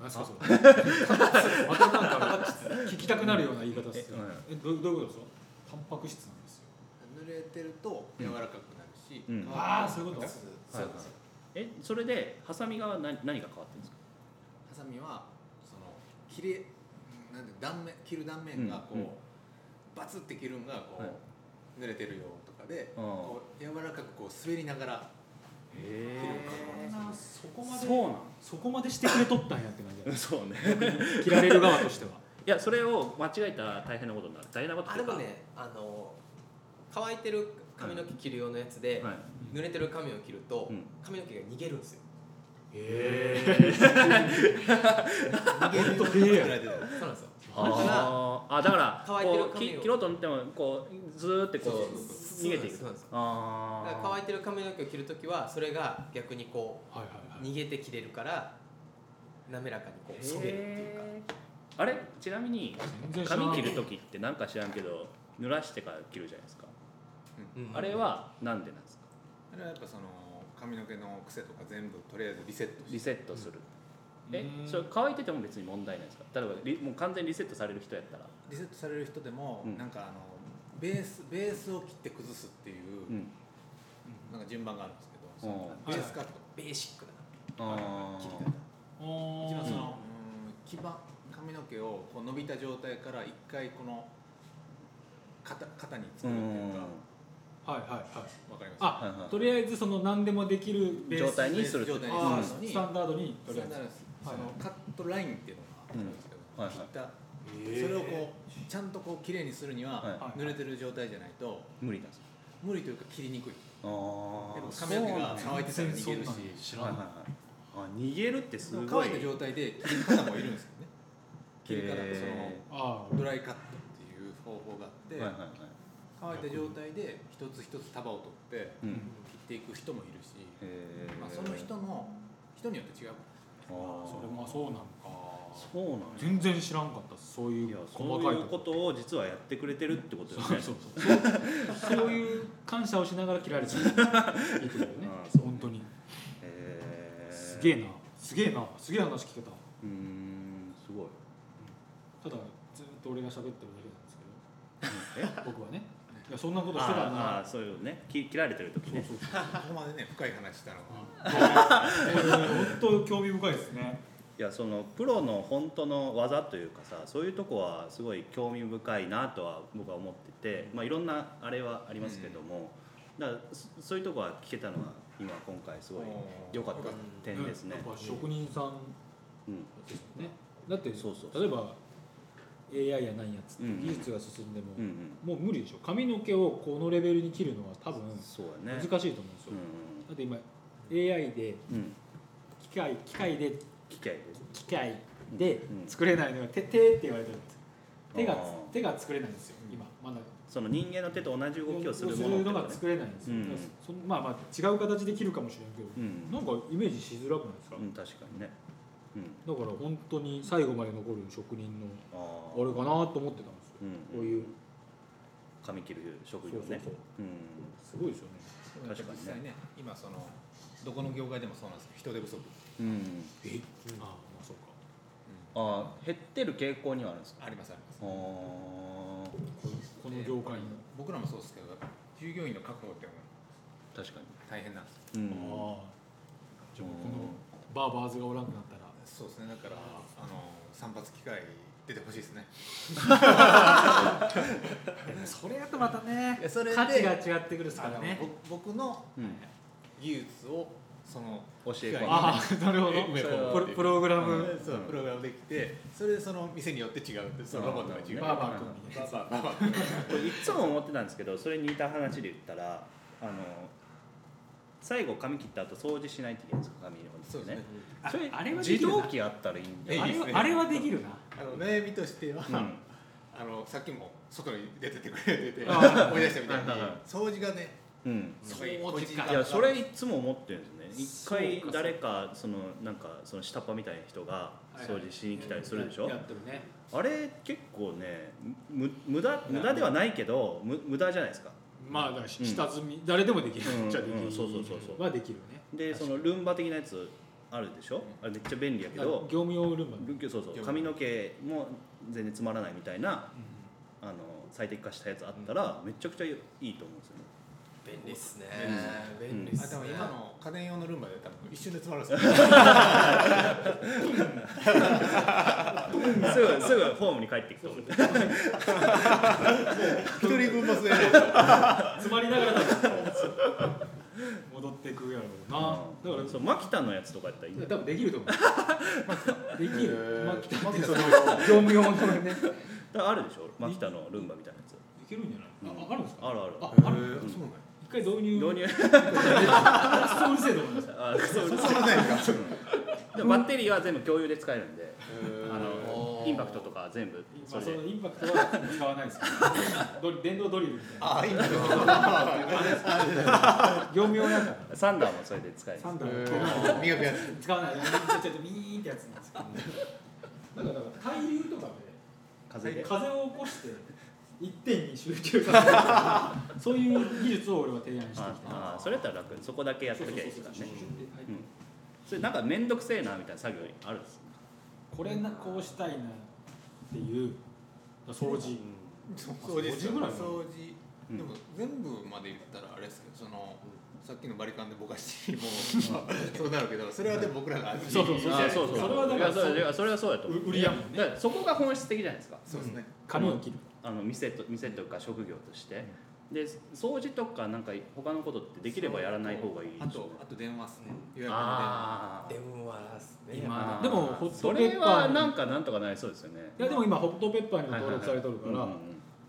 Speaker 1: 何すかそれまたなんか聞きたくなるような言い方でする
Speaker 2: え
Speaker 1: えどうどういうことですかタンパク質なんですよ
Speaker 3: 濡れてると柔らかくなるし、
Speaker 2: うん
Speaker 3: 乾
Speaker 1: あー
Speaker 3: くと
Speaker 1: そういうこと
Speaker 3: す
Speaker 2: はいはいえそれでハサミが何何が変わってるんですか
Speaker 3: ハサミはその切れうんなんていうの断面切る断面がこう、
Speaker 2: うんうん
Speaker 3: バツって切るんがこう、
Speaker 2: はい
Speaker 3: 濡れてるよとかで
Speaker 2: あー
Speaker 3: こう柔らかくこう滑りながら
Speaker 1: へーそこまで
Speaker 2: そうなん
Speaker 1: そこまでしてくれとったんやって感じだ
Speaker 2: そうね
Speaker 1: 切られる側としては
Speaker 2: いやそれを間違えたら大変なことになる大変なことっ
Speaker 4: あ
Speaker 2: てい
Speaker 4: れ
Speaker 2: うか
Speaker 4: もねあの乾いてる髪の毛切る用のやつで、
Speaker 2: はい
Speaker 4: 濡れてる髪を切ると、
Speaker 2: うん
Speaker 4: 髪の毛が逃げるんですよ
Speaker 1: へ本
Speaker 3: 逃げるように
Speaker 1: 当
Speaker 3: 作られてたよ
Speaker 4: そうなんですよだから
Speaker 2: あーあだから
Speaker 4: 乾いてる
Speaker 2: こう
Speaker 4: 髪を
Speaker 2: き切ろうと思ってもこうずーってこ
Speaker 4: そう
Speaker 2: う逃げていく
Speaker 4: そうなんですだから
Speaker 2: あ
Speaker 4: 乾
Speaker 2: あ
Speaker 4: いてる髪の毛を切るときはそれが逆にこ
Speaker 1: ーはいう
Speaker 4: 逃げて切れるから滑らかにこう染めるっていうか
Speaker 2: あれちなみに
Speaker 1: 全然知らん
Speaker 2: 髪切る時ってなんか知らんけど濡らしてから切るじゃないですか、
Speaker 4: うん
Speaker 2: あれはなんでなんですか
Speaker 3: あれはやっぱその髪の毛の癖とか全部とりあえずリセットして
Speaker 2: リセットする、え
Speaker 1: うん
Speaker 2: それ乾いてても別に問題ないですか例えばリもう完全にリセットされる人やったら、
Speaker 3: リセットされる人でも、
Speaker 2: うん
Speaker 3: なんかあのベースベースを切って崩すっていう、
Speaker 2: うん、
Speaker 3: なんか順番があるんですけど、その
Speaker 1: うん
Speaker 3: ベースカット、
Speaker 4: ベーシックだな
Speaker 2: あ
Speaker 4: 切り
Speaker 2: ー
Speaker 4: 方
Speaker 1: あ
Speaker 3: 一番
Speaker 1: ー
Speaker 3: その、うん、基盤髪の毛をこう伸びた状態から一回この肩肩につ
Speaker 2: う
Speaker 3: くってい
Speaker 2: ん
Speaker 3: うか、
Speaker 1: はいはいはい
Speaker 3: わかりま
Speaker 2: は
Speaker 3: す
Speaker 2: い
Speaker 1: あ
Speaker 2: はい
Speaker 1: とりあえずその何でもできるベース
Speaker 2: 状態にする
Speaker 3: 状態に
Speaker 1: あー
Speaker 3: するのに
Speaker 1: スタンダードにと
Speaker 3: そ
Speaker 1: り
Speaker 3: れ
Speaker 1: あえず
Speaker 3: ならそのカットラインっていうのがあるんですけど、
Speaker 2: うんはいはい
Speaker 3: 切った
Speaker 1: へー
Speaker 3: それをこうちゃんとこう綺麗にするには、
Speaker 2: はい
Speaker 3: 濡れてる状態じゃないと
Speaker 2: 無理なんですか
Speaker 3: 無理というか切りにくい
Speaker 2: あー
Speaker 3: でも髪の毛が乾いてたら逃げるし
Speaker 1: 知
Speaker 2: はいはいはいあ逃げるってすごい
Speaker 3: 乾いた状態で切り方もいるんですよ ね切り方とそ
Speaker 2: へ
Speaker 3: の
Speaker 1: あ
Speaker 3: ドライカットっていう方法があって、
Speaker 2: ーはいはいはい
Speaker 3: 乾いた状態で一つ一つ束を取って
Speaker 2: う
Speaker 1: うん
Speaker 2: ん
Speaker 3: 切っていく人もいるし、
Speaker 2: へー
Speaker 3: まあ、その人の人によって違う
Speaker 2: あー
Speaker 1: それもそうなのか
Speaker 2: そうなんや
Speaker 1: 全然知らんかったそうい
Speaker 2: いうや
Speaker 1: 細
Speaker 2: そう
Speaker 1: かい
Speaker 2: いうことを実はやってくれてるってことです
Speaker 1: そう
Speaker 2: ね
Speaker 1: そうそうそういう感謝をしながら切られてるいいけどね
Speaker 2: あーそうね
Speaker 1: 本当に
Speaker 2: へー
Speaker 1: すげえなすげえなすげえ話聞けた
Speaker 2: うーんすごい
Speaker 1: ただずっと俺が喋ってるだけなんです
Speaker 2: え
Speaker 1: けど僕はねいやそんなことしてたん
Speaker 2: あーあ
Speaker 1: だ
Speaker 2: ーそういうねき切られてる時
Speaker 1: そう
Speaker 2: ね
Speaker 1: そうそう
Speaker 3: ここまでね深い話したのは
Speaker 1: 本当興味深いですね
Speaker 2: いやそのプロの本当の技というかさそういうとこはすごい興味深いなとは僕は思ってて、まあ、いろんなあれはありますけども、だからそそういうとこは聞けたのは今今回すごい良かった点ですね
Speaker 1: やっ。ぱ職人さん
Speaker 2: うん
Speaker 1: ですねだって
Speaker 2: そうそう
Speaker 1: 例えば AI やなんやつって
Speaker 2: うん
Speaker 1: 技術が進んでも
Speaker 2: うんうん、
Speaker 1: もう無理でしょ髪の毛をこのレベルに切るのは多分
Speaker 2: そうや
Speaker 1: 難
Speaker 2: ね
Speaker 1: しいと思うんですよ、だって今 AI で
Speaker 2: うんうん、
Speaker 1: 機械機械で
Speaker 2: 機械で
Speaker 1: 機械で
Speaker 2: うん
Speaker 1: 作れないのが手手って言われてるんです手が
Speaker 2: あー
Speaker 1: 手が作れないんですよ今まだ
Speaker 2: その人間の手と同じ動きをするものって
Speaker 1: の
Speaker 2: こと
Speaker 1: が
Speaker 2: ね
Speaker 1: 作れないんですよ、
Speaker 2: うん
Speaker 1: だからそまあまあ違う形で切るかもしれんけど、
Speaker 2: うん、
Speaker 1: なんかイメージしづらくないですか、
Speaker 2: うん、確かにね、うん、
Speaker 1: だから本当に最後まで残る職人の
Speaker 2: あ
Speaker 1: あ
Speaker 2: ー
Speaker 1: れかなと思ってたんですよ、
Speaker 2: うん、
Speaker 1: こういう
Speaker 2: 髪切る職業
Speaker 1: そ
Speaker 2: ね
Speaker 1: うそう
Speaker 2: うん
Speaker 1: すごいですよね
Speaker 2: 確かにね
Speaker 3: 実際ね今そのどこの業界でもそうなんですけど人手不足、
Speaker 2: うん、
Speaker 1: え、ああまあそうか
Speaker 2: あー減ってる傾向にはあるんですか
Speaker 3: ありますあります
Speaker 2: あー
Speaker 1: ここの業界の、
Speaker 3: 僕らもそうですけど従業員の確保っていうの
Speaker 2: 確か
Speaker 3: が大変なんですよ
Speaker 2: に、うん、
Speaker 1: ああじゃあこのバーバーズがおらんくな ったら
Speaker 3: そうですねだからあの散髪機会出てほしいですね
Speaker 1: それやとまたね
Speaker 3: いやそれで
Speaker 1: 価値が違ってくるですからね
Speaker 3: あのぼ僕の
Speaker 2: うん、
Speaker 3: 技術をその
Speaker 2: 教え
Speaker 3: 機械
Speaker 2: 込む
Speaker 3: に
Speaker 1: ああなるほど
Speaker 3: え埋め込む
Speaker 1: プロプログラム、
Speaker 2: うん
Speaker 3: そうプログラムできてそれでその店によって違うってそのロボットが違う
Speaker 1: バーバー君みたい
Speaker 3: バ
Speaker 1: な
Speaker 3: ーバーバーバー
Speaker 2: これいつも思ってたんですけどそれに似た話で言ったらあの最後髪切った後掃除しないといけないんですか髪を
Speaker 3: そうですね
Speaker 2: それ
Speaker 1: ああれはでき
Speaker 2: 自
Speaker 1: るな
Speaker 2: 動機あったらいいんじゃない
Speaker 1: あ
Speaker 3: い
Speaker 1: れ
Speaker 3: いです
Speaker 1: は
Speaker 3: ね
Speaker 1: あれはできるな
Speaker 3: あの悩みとしては、
Speaker 2: うん
Speaker 3: あのさっきも外に出ててくれてて
Speaker 1: あー
Speaker 3: 追い出したみたいに
Speaker 2: はいはいはい
Speaker 3: 掃除がね
Speaker 2: うん
Speaker 1: 掃除
Speaker 3: やっぱり個人
Speaker 1: か
Speaker 3: 間
Speaker 2: いやそれいつも思ってるんですよね一
Speaker 1: そうかそ
Speaker 2: 回
Speaker 1: う
Speaker 2: 誰かそのなんかその下っ端みたいな人が掃除しに来たりするでしょ、
Speaker 1: やってるね
Speaker 2: あれ結構ねむ無駄無駄ではないけどむ無駄じゃないですか
Speaker 1: まあだから
Speaker 2: うん
Speaker 1: 下積み、誰でもできる
Speaker 2: うん
Speaker 1: じゃあできる、
Speaker 2: うんそうそうそうそう
Speaker 1: はできるね
Speaker 2: でそのルンバ的なやつあるでしょあれめっちゃ便利やけ
Speaker 1: あ業
Speaker 2: ど
Speaker 1: 務用ルンバね、
Speaker 2: ルンそうそ
Speaker 3: 業務
Speaker 2: う髪の毛も全然つまらないみたいな
Speaker 1: うん
Speaker 2: あの最適化したやつあったらめちゃくちゃいいと思うんですよね
Speaker 4: 便利っすね
Speaker 3: う
Speaker 4: 便利っ
Speaker 3: あ
Speaker 4: す
Speaker 3: で
Speaker 4: ね
Speaker 3: も今の家電用のルンバで多分一 瞬で詰まるんですよ
Speaker 2: すぐすぐホームに帰っていくと思う
Speaker 3: 一人分も吸えない
Speaker 1: 詰まりながらだけど戻っていくやろうな、だから
Speaker 2: そ
Speaker 1: そう
Speaker 2: 牧田のやつとかやったらいいんだよ
Speaker 1: 多分できると思 うできる、まあ、きた
Speaker 3: マ
Speaker 1: って
Speaker 3: キ
Speaker 1: いう
Speaker 3: さ
Speaker 1: か
Speaker 3: んどう
Speaker 1: 業務用のね
Speaker 2: だからあるでしょ牧田のルンバみたいなやつ
Speaker 1: いけるんじゃない、
Speaker 2: うん
Speaker 1: ああるんですか
Speaker 2: あるある
Speaker 1: ああ
Speaker 3: なん
Speaker 1: る
Speaker 3: やそう
Speaker 1: 一回導入
Speaker 2: 導入
Speaker 1: 発想うるせえと思いました
Speaker 2: あそう
Speaker 3: なんやそんなないんですか
Speaker 2: でもバッテリーは全部共有で使えるんであ
Speaker 3: へ
Speaker 2: の
Speaker 4: おー
Speaker 2: インパクトとか全部 そ
Speaker 1: まあ、そ
Speaker 2: れで
Speaker 1: のインパクトは使わないですけどドリ電動ドリルみたいな
Speaker 3: あいいんだよ
Speaker 1: 業務用だから
Speaker 2: サンダーもそれで使える
Speaker 1: サンダー使わない
Speaker 3: へー磨くやつ
Speaker 1: 使わないちょっとビーンってやつなんですけどだから対流とか
Speaker 2: 風
Speaker 1: で
Speaker 2: で
Speaker 1: 風を起こして一点に集中させるそういう技術を俺は提案してきた
Speaker 2: ああそれやったら楽そこだけやっときゃいいですからね
Speaker 1: ね
Speaker 2: それなんか面倒くせえなみたいな作業あるんですよ
Speaker 1: これなこうしたいなっていう掃除
Speaker 3: 掃除
Speaker 1: 50ぐらい
Speaker 3: 掃除
Speaker 2: うん
Speaker 3: でも全部まで言ったらあれですけどそのさっきのバリカンでぼかしもそうなるけどそれはでも僕らが味
Speaker 1: そうそうそう
Speaker 2: あーそうそう
Speaker 1: それはだから
Speaker 2: いやそれいやそれはそうやと思う
Speaker 1: う売りやもんね
Speaker 2: だからそこが本質的じゃないですか
Speaker 3: そうですね
Speaker 1: 髪を切る
Speaker 2: あの店と店とか職業としてで掃除とかなんか他のことってできればやらない方がいい
Speaker 3: あ
Speaker 2: でしょ
Speaker 3: とあと電話ですね予約の電話
Speaker 2: ああ
Speaker 4: 電話っすね
Speaker 1: 今
Speaker 2: あー
Speaker 1: でもホッ
Speaker 2: そ
Speaker 1: トペ
Speaker 2: れ
Speaker 1: ッパー
Speaker 2: は
Speaker 1: に
Speaker 2: なんかなんとかなりそうですよね
Speaker 1: いやでも今ホットペッパーにも登録されとるから、
Speaker 2: うんうんうん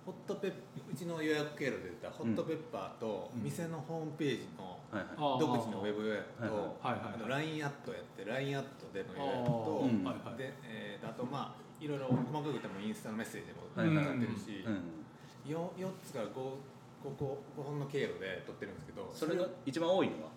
Speaker 3: ホットペッうちの予約経路で言ったらホットペッパーと
Speaker 1: うん
Speaker 3: 店のホームページの
Speaker 2: はいはい
Speaker 1: ああ
Speaker 3: 独自のウェブ予約
Speaker 2: はい
Speaker 3: と
Speaker 1: はい
Speaker 3: あの
Speaker 1: はい
Speaker 3: LINE アットやって LINE アットでの予約
Speaker 1: あ
Speaker 3: と
Speaker 1: ー
Speaker 2: うん
Speaker 1: はいはい
Speaker 3: で、えー、あとまあいろいろ細かく言ってもインスタのメッセージも
Speaker 2: はいはい
Speaker 3: なってるし、
Speaker 2: うん
Speaker 3: よ四つから五五個五本の経路で取ってるんですけど、
Speaker 2: それが一番多いのは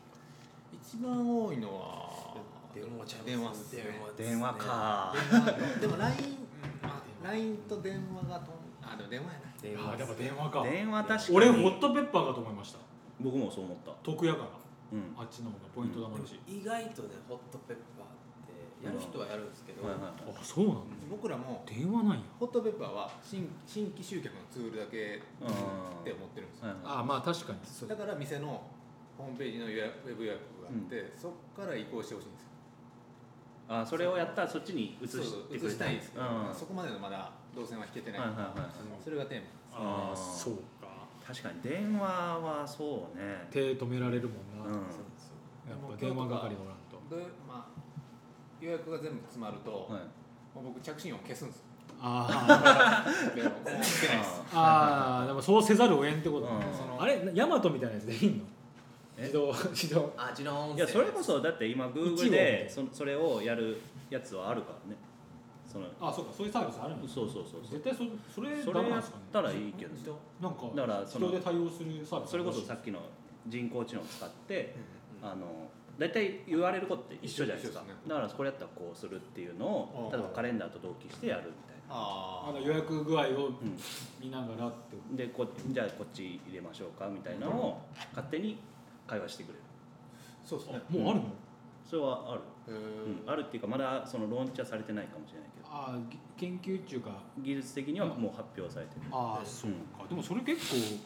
Speaker 3: 一番多いのは
Speaker 4: 電話ちゃいます
Speaker 3: 電話っすね
Speaker 4: 電話っすね
Speaker 3: 電話でも LINE うんあ LINE と電話がとんあでも電話やな。
Speaker 4: 電
Speaker 1: あ
Speaker 4: 話
Speaker 1: ー
Speaker 4: っ
Speaker 1: ですも
Speaker 4: ね
Speaker 1: 電話か
Speaker 2: 電話確かに
Speaker 1: 俺ホットペッパーかと思いました
Speaker 2: 僕もそう思った
Speaker 1: 得やから
Speaker 2: うん
Speaker 1: あっちの方がポイントだもるし、
Speaker 4: 意外とねホットペッパーってやる人はやるんですけど、
Speaker 2: はいはいはい
Speaker 1: あそうなの
Speaker 3: 僕らも
Speaker 1: 電話なんや
Speaker 3: ホットペッパーは新新規集客のツールだけって思ってるんですよ。
Speaker 2: は
Speaker 1: あ
Speaker 2: いは
Speaker 1: まあ確かに
Speaker 3: だから店のホームページの予約ウェブ予約があって、そこから移行してほしいんですよ。
Speaker 2: いあそれをやったらそっちに移してく
Speaker 3: そう
Speaker 2: れ
Speaker 3: 移したいんですけ
Speaker 2: う
Speaker 3: ど、
Speaker 2: ん
Speaker 3: そこまでのまだ動線は引けてない。
Speaker 2: はいはいはい
Speaker 3: それがテー
Speaker 2: あ
Speaker 3: マ。
Speaker 2: ー
Speaker 1: そうか
Speaker 2: 確かに電話はそうね
Speaker 1: 手止められるもんな、
Speaker 2: うん
Speaker 4: そうなんですよ
Speaker 1: やっぱ電話係おらんと
Speaker 3: でまあ予約が全部詰まると、
Speaker 2: はい
Speaker 3: もう僕着信音消すんですよ。
Speaker 1: あ
Speaker 3: でももうつけないです。
Speaker 1: ーあーでもそうせざるを得んってこと、
Speaker 2: うん
Speaker 3: その
Speaker 1: あれヤマトみたいなやつでいいの
Speaker 2: え
Speaker 1: 自動自動
Speaker 4: あ自動音声
Speaker 2: いやそれこそだって今
Speaker 1: 一応
Speaker 2: Google でそそれをやるやつはあるからねその
Speaker 1: あそうかそういうサービスあるんです
Speaker 2: そうそうそうそう
Speaker 1: 絶対そそれ
Speaker 2: そ
Speaker 1: ダ
Speaker 2: れ
Speaker 1: メな
Speaker 2: や
Speaker 1: ん
Speaker 2: っ
Speaker 1: ですかね
Speaker 2: たらいいけど
Speaker 3: 人
Speaker 1: なんか
Speaker 2: だから
Speaker 1: 自
Speaker 2: その
Speaker 1: 動で対応するサービス
Speaker 2: それこそさ
Speaker 1: っ
Speaker 2: っきの人工知能を使って あの大体言われることって一緒じゃないですか
Speaker 3: 一緒です
Speaker 2: だからこれやったらこうするっていうのを
Speaker 3: ああ
Speaker 2: 例えばカレンダーと同期してやるみたい
Speaker 3: あ
Speaker 1: あの
Speaker 3: あ
Speaker 1: 予約具合を
Speaker 2: な、うん
Speaker 1: 見ながらって
Speaker 2: でこじゃあこっち入れましょうかみたいなのを勝手に会話してくれる
Speaker 3: そうですね。
Speaker 1: もうあるの、
Speaker 2: それはある、
Speaker 3: へ
Speaker 2: うん
Speaker 3: ー
Speaker 2: あるっていうかまだそのローンチはされてないかもしれないけど
Speaker 1: ああぎ研究中か
Speaker 2: 技術的にはもう発表されてる、
Speaker 1: ああ
Speaker 2: そうか
Speaker 1: でもそれ結構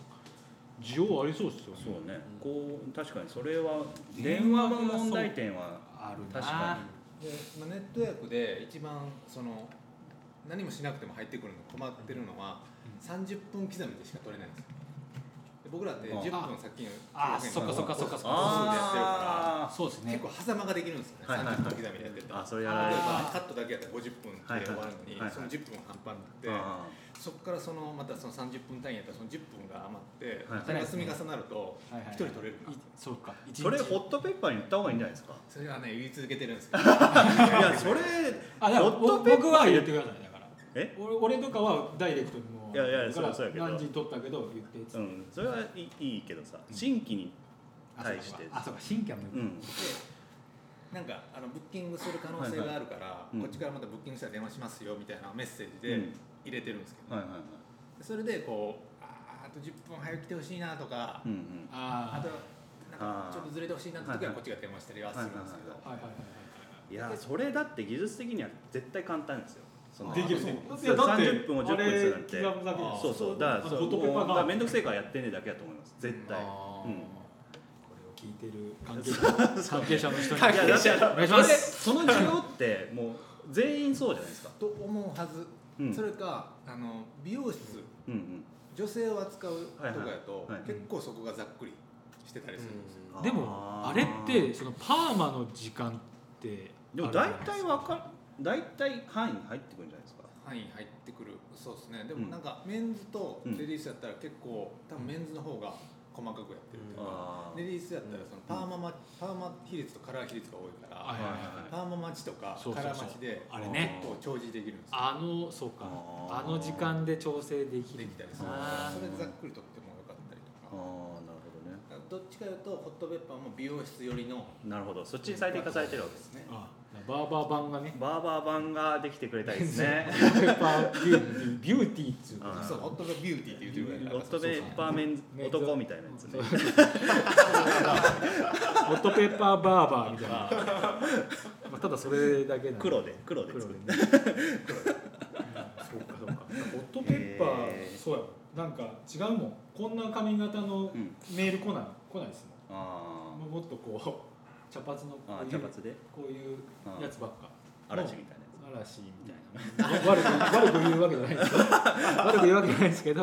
Speaker 1: 需要ありそうですよね
Speaker 2: そうね、
Speaker 4: うん
Speaker 2: こう確かにそれは
Speaker 1: 電
Speaker 2: 電話
Speaker 1: 話が
Speaker 2: の問題点は
Speaker 1: あるな
Speaker 2: 確か
Speaker 3: で、まあ、ネット予約で一番その何もしなくても入ってくるの困ってるのは
Speaker 1: う
Speaker 3: 30分刻みでしか取れないんですよ。で僕らって
Speaker 2: うん
Speaker 3: 10分先に
Speaker 1: あ
Speaker 3: 900円
Speaker 1: そっかそっかそっかそっか
Speaker 3: 個数でやってるか
Speaker 2: あ
Speaker 1: そうです
Speaker 3: ら結構狭間ができるんですよね。
Speaker 2: はいはいはい
Speaker 3: 30分刻みでやってると。
Speaker 2: あそれやられるとね
Speaker 3: まあカットだけやったら50分で終わるのに、
Speaker 2: はいはいはいはい
Speaker 3: その10分が半端
Speaker 2: ー
Speaker 3: になっ
Speaker 2: あ
Speaker 3: て、そこからそのまたその30分単位やったらその10分が余って、
Speaker 2: はい
Speaker 3: それが積み重なると
Speaker 1: はいはいはい
Speaker 3: 1人取れるんです
Speaker 1: いそ
Speaker 3: よ
Speaker 1: うか一
Speaker 2: ー
Speaker 1: 日
Speaker 2: それホットペッパーに言った方がいいんじゃないですか
Speaker 3: それはね言い続けてるんですけ ど
Speaker 2: いやそれ
Speaker 1: あだから
Speaker 2: ホッ
Speaker 1: ぼ
Speaker 2: トペッパー
Speaker 1: 僕は言ってくださいだから
Speaker 2: え
Speaker 1: 俺俺とかはダイレクトにも
Speaker 2: いやいや
Speaker 1: だから
Speaker 2: そうそうやけど
Speaker 1: 何時に撮ったけど言ってっつって
Speaker 2: うんそれはいいいいけどさ新規に
Speaker 1: あそう
Speaker 2: 対
Speaker 1: か
Speaker 2: して
Speaker 1: あそうか新規は無理
Speaker 2: うん
Speaker 3: でなんかあのブッキングする可能性があるから、
Speaker 2: いうん
Speaker 3: こっちからまたブッキングしたら電話しますよみたいなメッセージ
Speaker 2: う
Speaker 3: で
Speaker 2: ん
Speaker 3: 入れてるんですけど、
Speaker 2: はいはいはい
Speaker 3: それでこうあーあと10分早く来てほしいなとか、
Speaker 2: うんうん
Speaker 3: あ
Speaker 1: あ
Speaker 3: と
Speaker 2: あ
Speaker 3: なんか
Speaker 2: ー
Speaker 3: ちょっとずれてほしいなって時はこっちが電話したりはするんですけど、
Speaker 2: はいはいはいはい
Speaker 1: あはいはいはいはい
Speaker 2: いやそれだって技術的には絶対簡単ですよその
Speaker 5: できる
Speaker 3: あそう
Speaker 5: ね
Speaker 2: そう
Speaker 5: いやだって
Speaker 2: 30分を10分にするなんて
Speaker 5: あれ刻むだけ
Speaker 3: あ
Speaker 2: そうそうだから
Speaker 5: あ
Speaker 2: そ
Speaker 5: ホットペッパー
Speaker 2: う
Speaker 5: が
Speaker 2: だから面倒くせえからやってねえだけだと思います絶対
Speaker 4: あー
Speaker 2: うん
Speaker 5: これを聞いてる関係 者
Speaker 1: 関係者の人に
Speaker 4: 関係者
Speaker 2: いやだ
Speaker 1: お
Speaker 2: って
Speaker 1: 願いします
Speaker 2: それその需要ってもう全員そうじゃないですか
Speaker 3: と思うはず、
Speaker 2: うん
Speaker 3: それかあの美容室
Speaker 2: うんうん
Speaker 3: 女性を扱うとかやと、
Speaker 2: はいはい
Speaker 3: 結構そこがざっくりしてたりするんですよ、
Speaker 4: うん
Speaker 2: あー
Speaker 1: でもあれってそのパーマの時間って
Speaker 2: で
Speaker 1: あ
Speaker 2: も
Speaker 1: るじゃ
Speaker 2: 大
Speaker 1: ないす
Speaker 2: 体わか大体範囲に入ってくるんじゃないですか
Speaker 3: 範囲入ってくるそうですねで
Speaker 2: う
Speaker 3: も
Speaker 2: ん
Speaker 3: なんかメンズと
Speaker 2: うん
Speaker 3: レディースやったら結構多分メンズの方が細かくやってるというか
Speaker 2: あ、ー
Speaker 3: レディースやったらそのパーママ、パーマ比率とカラー比率が多いから、
Speaker 1: はいはいはい
Speaker 3: パーマ待ちとか
Speaker 1: そう
Speaker 3: カ
Speaker 1: そうそう
Speaker 3: ラー待ちで
Speaker 1: あれね
Speaker 3: 結構長寿できるんですよ
Speaker 1: あのそうか
Speaker 2: あ
Speaker 1: あ
Speaker 2: ー
Speaker 1: の時間で調整でき
Speaker 3: で
Speaker 1: る
Speaker 3: きたりする
Speaker 1: あー
Speaker 3: それでざっくりとってもよかったり
Speaker 2: ああ
Speaker 3: とか
Speaker 2: なるほどね
Speaker 3: どっちかいうとホットペッパーも美容室寄りの
Speaker 2: なるほどそっちに最適化されてるわけです
Speaker 3: ね
Speaker 1: あバーバー版がね
Speaker 2: バーバー版ができてくれたらいいですね
Speaker 5: ペッパービューティービューティーっつうの
Speaker 2: あー
Speaker 3: そうホットペッパービューティーって言ってるぐらいだか
Speaker 2: オ
Speaker 3: ら
Speaker 2: ットペッパーメンズ
Speaker 5: メンズ
Speaker 2: 男みたいなやつね
Speaker 1: ホットペッパーバーバーみたいな、まあ、ただそれだけなんで
Speaker 2: 黒で黒で
Speaker 1: 黒
Speaker 2: 作
Speaker 1: で
Speaker 2: る
Speaker 1: ね
Speaker 5: そうかそうかホットペッパ
Speaker 2: へ
Speaker 5: ー
Speaker 2: ー
Speaker 5: そうやわなんか違うもんこんな髪型の
Speaker 2: うん
Speaker 5: メール来ない来ないです
Speaker 2: あ
Speaker 5: もんもうもっとこう茶髪の
Speaker 2: ーあ
Speaker 5: こ
Speaker 2: ー
Speaker 5: うい
Speaker 2: 茶
Speaker 5: う
Speaker 2: 髪で
Speaker 5: こういうやつばっか
Speaker 2: 嵐みたいなや
Speaker 5: 嵐みたいな悪く悪く言うわけじゃないですけど悪く言うわけじゃないですけど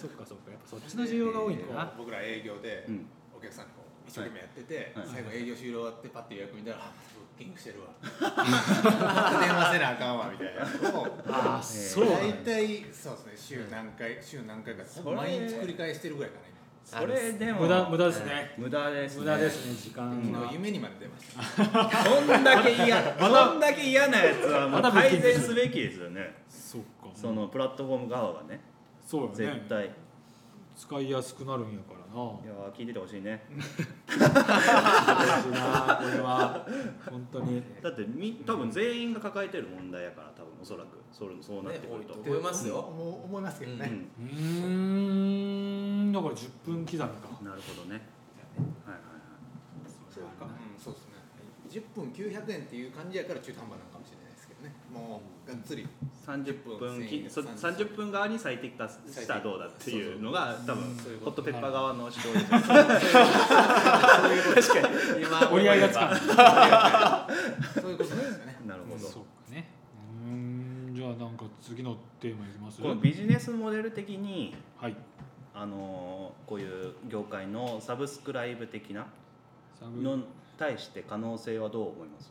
Speaker 5: そっかそっかやっぱそっちの需要が多いんだな、
Speaker 3: 僕ら営業で
Speaker 2: つうん
Speaker 3: お客さんにこう一生懸命やってて、
Speaker 2: はい
Speaker 3: 最後営業終了終わってパッて予約見たら「あまたブッキングして るわ」また電話せなあかんわ」みたいなの
Speaker 1: ああ
Speaker 2: えー
Speaker 1: そう
Speaker 3: を
Speaker 1: なん
Speaker 3: 大
Speaker 1: や
Speaker 3: 体そうですね週何回週何回か
Speaker 2: それ
Speaker 3: 毎日繰り返してるぐらいかな
Speaker 2: それでも
Speaker 1: 無駄無駄ですね
Speaker 2: 無駄ですね
Speaker 1: 無駄ですね時間
Speaker 3: 今
Speaker 1: が
Speaker 3: 昨日夢にまで出ました
Speaker 2: そんだけ 嫌そんだけ嫌なやつはもう
Speaker 1: またブッキ
Speaker 2: 改
Speaker 1: ングする
Speaker 2: 善すべきですよね
Speaker 1: そっか
Speaker 2: そのプラットフォーム側がね
Speaker 1: そうよね
Speaker 2: 絶対い
Speaker 1: 使いやすくなるんやからな
Speaker 2: やー聞いててほしいね
Speaker 1: 難しいなこれは本当に
Speaker 2: だってみ多分全員が抱えてる問題やから多分おそらくそれもそうなってくると、
Speaker 4: ね多思いますよ
Speaker 3: 思う思いますけどね、
Speaker 2: うん
Speaker 1: うーんだから10分刻みか
Speaker 2: なるほどねはいはいはい
Speaker 3: そうか、うん、そうですね10分900円っていう感じやから中途半端なのかもしれないですけどねもうがっ つり
Speaker 2: 30分き
Speaker 3: 10
Speaker 2: そ
Speaker 3: 分
Speaker 2: 30分側に最適化したらどうだっていうのが多分
Speaker 3: そういう
Speaker 2: ホ
Speaker 3: こ
Speaker 2: ット
Speaker 3: と
Speaker 2: ペッパー側の主張です確か
Speaker 4: 今
Speaker 1: 折り合いがつか
Speaker 4: ない
Speaker 3: そういうことですよね
Speaker 2: になるほ
Speaker 1: そう
Speaker 2: ど
Speaker 1: かねうーんじゃあなんか次のテーマいきます
Speaker 2: このビジネスモデル的に
Speaker 1: はい
Speaker 2: あのーこういう業界のサブスクライブ的な
Speaker 1: サブ
Speaker 2: のに対して可能性はどう思います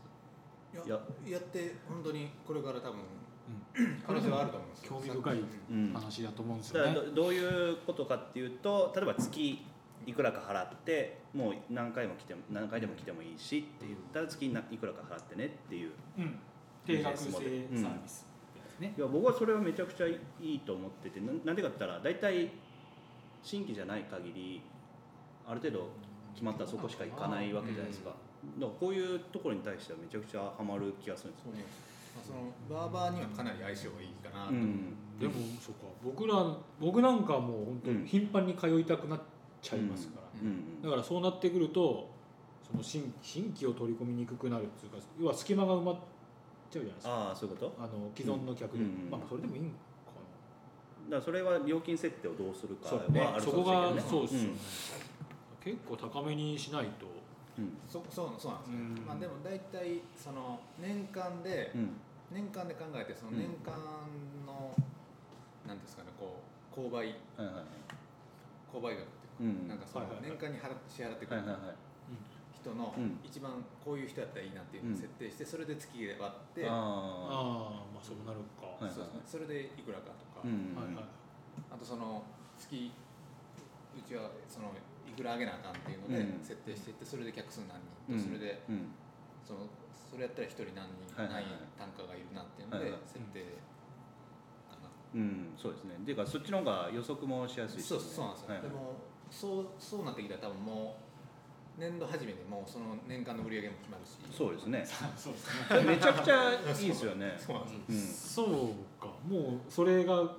Speaker 3: い
Speaker 2: いや
Speaker 3: ややって本当にこれから多分、 可
Speaker 1: これ
Speaker 3: 能
Speaker 1: で
Speaker 3: 性はある
Speaker 1: も
Speaker 3: と思うんですよ
Speaker 1: 興味深い
Speaker 3: うん
Speaker 2: うん
Speaker 1: 話だと思うんです
Speaker 2: だ
Speaker 1: よ
Speaker 2: から
Speaker 1: ね
Speaker 2: どどういうことかっていうと例えば月いくらか払ってもう何回も来ても何回でも来てもいいしって言ったら月にないくらか払ってねっていう
Speaker 1: うん定額制サービスですね
Speaker 2: いや僕はそれはめちゃくちゃいいと思っててななんでかって言ったら大体新規じゃない限りある程度決まったらそこしか行かないわけじゃないですか、だからこういうところに対してはめちゃくちゃハマる気がするんですよ
Speaker 3: そうね、まあ、そのバーバーにはかなり相性がいいかなと、
Speaker 2: うん
Speaker 1: でもそうか僕ら僕なんかもう本当
Speaker 2: うん
Speaker 1: に頻繁に通いたくなっちゃいますから、
Speaker 3: うん
Speaker 2: うん
Speaker 1: だからそうなってくるとその新新規を取り込みにくくなるっていうか要は隙間が埋まっちゃうじゃないですか
Speaker 2: ああそういうこと
Speaker 1: あの既存の客に、
Speaker 2: うんうん
Speaker 1: まあ、それでもいいんか
Speaker 2: だからそれは料金設定をどうする
Speaker 1: な
Speaker 2: か
Speaker 1: そ
Speaker 2: は
Speaker 1: う,、ね
Speaker 2: あ、る
Speaker 1: そ
Speaker 2: かも
Speaker 1: こ
Speaker 2: しれない
Speaker 1: が
Speaker 2: けどね
Speaker 1: そうですよね、結構高めにしないと
Speaker 2: うん
Speaker 3: そそうそうなんですよ、
Speaker 1: うん
Speaker 3: まあ、でも大体その年間で、
Speaker 2: うん
Speaker 3: 年間で考えてそ
Speaker 2: うん
Speaker 3: の年間の、なんですかねこう購買
Speaker 2: うんはいはいはい
Speaker 3: 購買額
Speaker 2: う
Speaker 3: っていうんかなんかその
Speaker 1: はいはいはい
Speaker 3: 年間に払っ支払ってく
Speaker 2: はいは
Speaker 3: る
Speaker 2: いはい
Speaker 3: 人の
Speaker 2: うん
Speaker 3: 一番こういう人やったらいいなっていうのを設定してそれで月で割って、
Speaker 2: あ
Speaker 1: ああまあそうなるか、
Speaker 2: はい
Speaker 3: そうですねそれでいくらかとか、
Speaker 2: あうんう
Speaker 1: はい
Speaker 2: ん
Speaker 1: はい
Speaker 3: あとその月うちはそのいくら上げなあかんっていうので
Speaker 2: うん
Speaker 3: 設定していってそれで客数何
Speaker 2: うん
Speaker 3: 人とそれで
Speaker 2: うん
Speaker 3: そのそれやったら一人何人
Speaker 2: はいはいはい
Speaker 3: 何単価がいるなっていうの
Speaker 2: はい
Speaker 3: で
Speaker 2: はい
Speaker 3: 設定かな
Speaker 2: うんそうですねっていうかそっちの方が予測もしやすいし
Speaker 3: そうそうなんですよ
Speaker 2: はいは
Speaker 3: で
Speaker 2: い
Speaker 3: もそうそうなってきたら多分もう年度初めでもうその年間の売り上げも決まるし
Speaker 2: そうですね
Speaker 1: そうですね
Speaker 2: めちゃくちゃいいですよね。
Speaker 3: そうなんですよ
Speaker 2: うん
Speaker 1: そうかもうそれが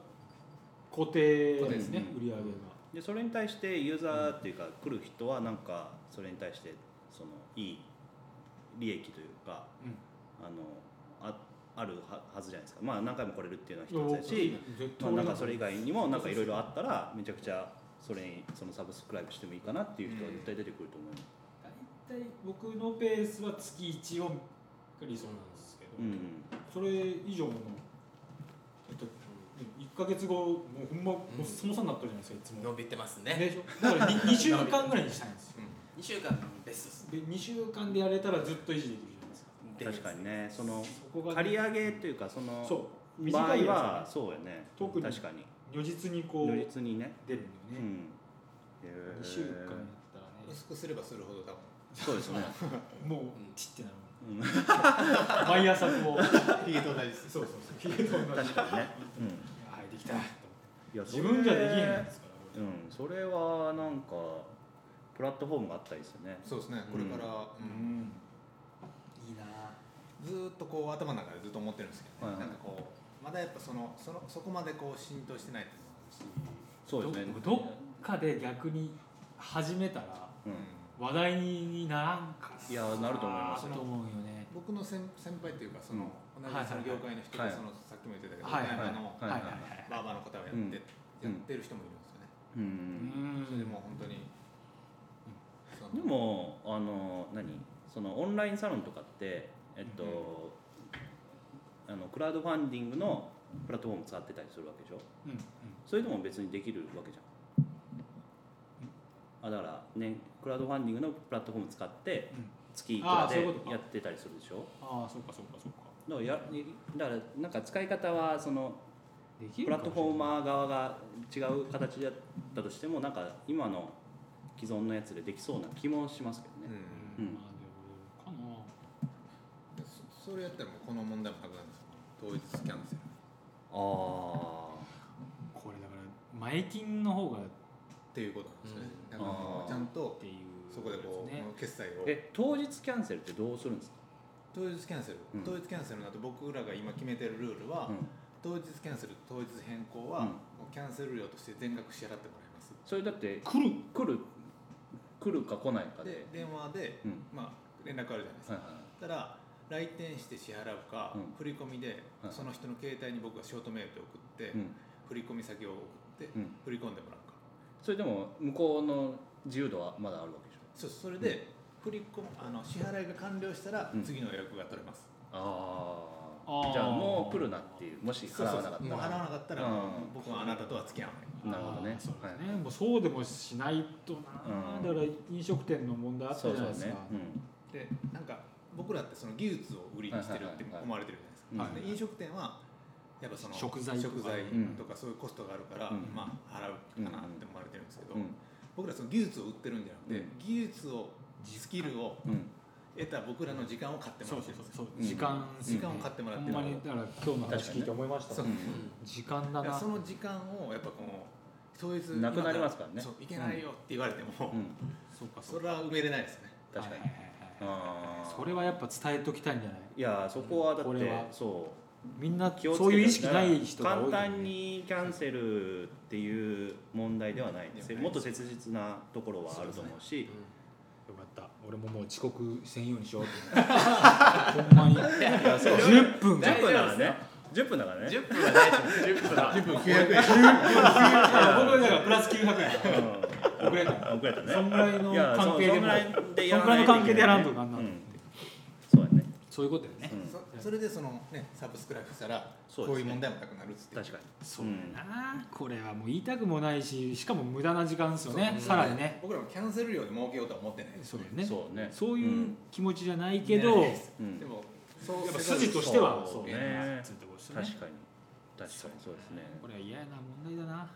Speaker 1: 固定
Speaker 3: 固定
Speaker 1: で
Speaker 3: です
Speaker 2: す
Speaker 1: ね
Speaker 2: ね
Speaker 1: 売り上げが、
Speaker 2: でそれに対してユーザーっていうか来る人はなんかそれに対してそのいい利益というかあのああるははずじゃないですかまあ何回も来れるっていうのは一つ
Speaker 1: 絶
Speaker 2: だし、ま
Speaker 1: 対
Speaker 2: あ、
Speaker 1: 俺
Speaker 2: なん
Speaker 1: だ
Speaker 2: かそれ以外にもなんかいろいろあったらめちゃくちゃそれにそのサブスクライブしてもいいかなっていう人は絶対出てくると思います、
Speaker 1: 大体僕のペースは月1を理想なんですけど、
Speaker 2: うん
Speaker 1: それ以上のえっと1か月後もうほんま
Speaker 4: ん
Speaker 1: ごっそもさになってるじゃないですかいつも、
Speaker 4: 伸びてますね
Speaker 1: でしょ だから2週間ぐらいにしたいんですよ
Speaker 4: 2週間ベストです
Speaker 1: で2週間でやれたらずっと維持できるじゃないですか
Speaker 2: 確かにねその
Speaker 1: そこが、
Speaker 2: 借り上げというかその
Speaker 1: そう
Speaker 2: 場合
Speaker 1: 短いやつ
Speaker 2: はそうやね
Speaker 1: 特に
Speaker 2: 確かに
Speaker 1: 如実にこう
Speaker 2: 如
Speaker 1: 出る
Speaker 2: 実にね
Speaker 1: ん
Speaker 2: う
Speaker 1: だよね、
Speaker 2: んへー
Speaker 1: 2週間やったらね
Speaker 3: 薄くすればするほ ど多分
Speaker 2: そうですね
Speaker 1: もう
Speaker 4: うん
Speaker 1: チッてなる
Speaker 2: うん
Speaker 1: 毎朝こう
Speaker 3: ヒゲと同じです
Speaker 1: そうそうそう冷えとんな
Speaker 2: 確かにね、うん
Speaker 1: はいできたと思って
Speaker 2: いや
Speaker 1: 自分じゃできへん
Speaker 2: そ
Speaker 1: ですから
Speaker 2: れうんそれはなんかプラットフォームがあったりですよね
Speaker 3: そうですねこれから、
Speaker 1: う
Speaker 3: うん
Speaker 1: んいいな
Speaker 3: ずーっとこう頭の中でずっと思ってるんですけど、ね
Speaker 2: はいはい
Speaker 3: なんかこうまだやっぱそのそのそこまでこう浸透してないっていうのもあるし、
Speaker 2: そうですね
Speaker 1: どどっかで逆に始めたら
Speaker 2: うん
Speaker 1: 話題にならんか
Speaker 2: いやなると思います
Speaker 1: なと思うよね
Speaker 3: 僕の先先輩っていうかその、同
Speaker 1: はい
Speaker 3: じその業界の人
Speaker 2: は
Speaker 3: で
Speaker 2: い
Speaker 3: その、さっきも言ってたけど、
Speaker 1: はい
Speaker 3: 岡山の、
Speaker 2: はいはい
Speaker 3: バーバーの方がやって、
Speaker 2: うん
Speaker 3: やってる人もいるんですよね。
Speaker 2: う
Speaker 1: うんん
Speaker 3: それでもう本当に、その
Speaker 2: でもあの何そのオンラインサロンとかってえっと、あのクラウドファンディングのプラットフォーム使ってたりするわけでしょ
Speaker 1: うんうん
Speaker 2: それでも別にできるわけじゃんあだからねクラウドファンディングのプラットフォーム使って
Speaker 1: うん
Speaker 2: 月いく
Speaker 1: あ
Speaker 2: ら
Speaker 1: ーそういうこと
Speaker 2: で
Speaker 1: か
Speaker 2: やってたりするでしょ
Speaker 1: ああそうかそうかそうか
Speaker 2: だからやだからなんか使い方はその
Speaker 1: でき
Speaker 2: プ
Speaker 1: る
Speaker 2: ラ
Speaker 1: か
Speaker 2: ッ
Speaker 1: も
Speaker 2: トフォーマー側が違う形だったとしてもなんか今の既存のやつでできそうな気もしますけどね、
Speaker 3: うん
Speaker 1: うん
Speaker 2: うん
Speaker 1: まあでも
Speaker 3: そそれやったらもうこの問題もなくなるんですよ同一キャンセルっ
Speaker 2: あ
Speaker 1: かなこれだから前金の方がって
Speaker 3: いうことなんですよね、
Speaker 4: うん
Speaker 3: だからも
Speaker 2: あー
Speaker 3: うちゃんと
Speaker 1: ていう
Speaker 3: そこでこう、
Speaker 1: ね
Speaker 3: もう決済
Speaker 2: あ
Speaker 3: を
Speaker 2: え当日キャンセルってどうするんですか、
Speaker 3: 当日キャンセル、
Speaker 2: うん
Speaker 3: 当日キャンセルだと僕らが今決めてるルールは、
Speaker 2: うん、
Speaker 3: 当日キャンセル当日変更は、
Speaker 2: うん
Speaker 3: もうキャンセル料として全額支払ってもらいます
Speaker 2: それだって
Speaker 1: 来る
Speaker 2: 来る来るか来ないかで
Speaker 3: で電話で、
Speaker 2: うん
Speaker 3: まあ、連絡あるじゃないです
Speaker 2: は
Speaker 3: か、
Speaker 2: いは
Speaker 3: たら来店して支払うか、
Speaker 2: うん
Speaker 3: 振り込みで、
Speaker 2: はい
Speaker 3: その人の携帯に僕がショートメールで送って、
Speaker 2: い、うん
Speaker 3: 振り込み先を送って、
Speaker 2: うん、
Speaker 3: 振り込んでもらうか
Speaker 2: それでも向こうの自由度はまだあるわけでしょ
Speaker 3: そうそれで、振り込むあの支払いが完了したら、
Speaker 2: うん
Speaker 3: 次の予約が取れます
Speaker 2: あ
Speaker 1: あ
Speaker 2: あ
Speaker 1: ー
Speaker 2: じゃあもう来るなっていうもし払わなかった
Speaker 3: もう払わなかったら、
Speaker 2: うん
Speaker 3: 僕はあなたとは付き合わない
Speaker 2: なるほどね
Speaker 1: あーそうだね、
Speaker 2: はい
Speaker 1: もうそうでもしないとな、
Speaker 2: うん
Speaker 1: だから飲食店の問題あったじ
Speaker 2: そ
Speaker 1: ゃ
Speaker 2: うそ
Speaker 1: ないうですか
Speaker 2: ね、
Speaker 3: でなんか僕らってその技術を売りにしてるって
Speaker 2: はいはいはいはい
Speaker 3: 思われてるじゃないですか、
Speaker 1: はい
Speaker 2: うん
Speaker 3: で飲食店はやっぱその
Speaker 1: 食材とか
Speaker 3: 食材
Speaker 2: うん
Speaker 3: とかそういうコストがあるから、
Speaker 2: うん
Speaker 3: まあ払うかなって思われてるんですけど、
Speaker 2: うんうん
Speaker 3: 僕らその技術を売ってるんじゃな
Speaker 2: う
Speaker 3: くて、
Speaker 2: ん
Speaker 3: 技術をスキルを
Speaker 2: うん
Speaker 3: 得た僕らの時間を買っても
Speaker 1: そ
Speaker 3: ら
Speaker 1: う
Speaker 3: って
Speaker 1: そう
Speaker 3: るんです
Speaker 1: そう、時
Speaker 2: うん
Speaker 3: よ
Speaker 1: 間
Speaker 2: ん
Speaker 3: 時間を買ってもらっ
Speaker 1: ほ
Speaker 3: て
Speaker 1: ん
Speaker 3: る
Speaker 1: まにだから今日の話聞いて思いました、
Speaker 3: そう
Speaker 2: うん
Speaker 1: 時間だ
Speaker 3: だから
Speaker 1: な
Speaker 3: その時間をやっぱこうそういう
Speaker 2: なくなりますからね
Speaker 3: そういけないよって言われても、
Speaker 2: うん
Speaker 1: そうか
Speaker 3: それは埋めれないですね
Speaker 2: 確かに
Speaker 1: はいはいはい
Speaker 2: あー
Speaker 1: それはやっぱ伝えときたいんじゃない
Speaker 2: いやーそこはだっ
Speaker 1: これは
Speaker 2: てそ
Speaker 1: みんな
Speaker 2: う気をつけ
Speaker 1: そ
Speaker 2: て
Speaker 1: ういう意識ない人が多いよね、
Speaker 2: 簡単にキャンセルっていう問題ではないです
Speaker 3: うん
Speaker 2: もっと切実なところはあると思うし
Speaker 1: よかった俺ももう遅刻せんようにしよう と思ってほんまに10分
Speaker 2: 10分だから
Speaker 4: 大丈夫で
Speaker 2: ね10分だからね
Speaker 4: 10分は大丈夫10分は
Speaker 3: 10分900円
Speaker 1: 僕だからプラス900円
Speaker 2: うん
Speaker 1: 遅れた
Speaker 2: 遅れたね
Speaker 1: そんぐらいの
Speaker 2: いやそ
Speaker 1: 関係で
Speaker 2: そん
Speaker 1: も
Speaker 2: ぐらいでや
Speaker 1: そんぐらいの関係でやらんと
Speaker 2: か
Speaker 1: かな
Speaker 2: そうやね
Speaker 1: そういうことよね、
Speaker 2: うん
Speaker 3: そそれでそのねサブスクライブしたら
Speaker 2: そ
Speaker 3: こ
Speaker 2: うですね
Speaker 3: ういう問題もなくなるっつって
Speaker 2: 確かに
Speaker 1: そうだなこれはもう言いたくもないししかも無駄な時間ですよね
Speaker 4: そう
Speaker 1: さらにね
Speaker 3: 僕らもキャンセル料で儲けようとは思ってないです
Speaker 1: そうだよね
Speaker 2: そうね
Speaker 1: そういう気持ちじゃないけ
Speaker 3: うん
Speaker 1: ど、
Speaker 3: ね
Speaker 2: うん
Speaker 3: でもそう
Speaker 1: やっぱ
Speaker 3: せざる
Speaker 1: 筋としては
Speaker 2: そう
Speaker 1: そう
Speaker 2: ね
Speaker 1: ついてこいです
Speaker 2: 確
Speaker 1: よ
Speaker 2: か
Speaker 1: ね
Speaker 2: に確かにそうですね
Speaker 1: これは嫌やな問題だな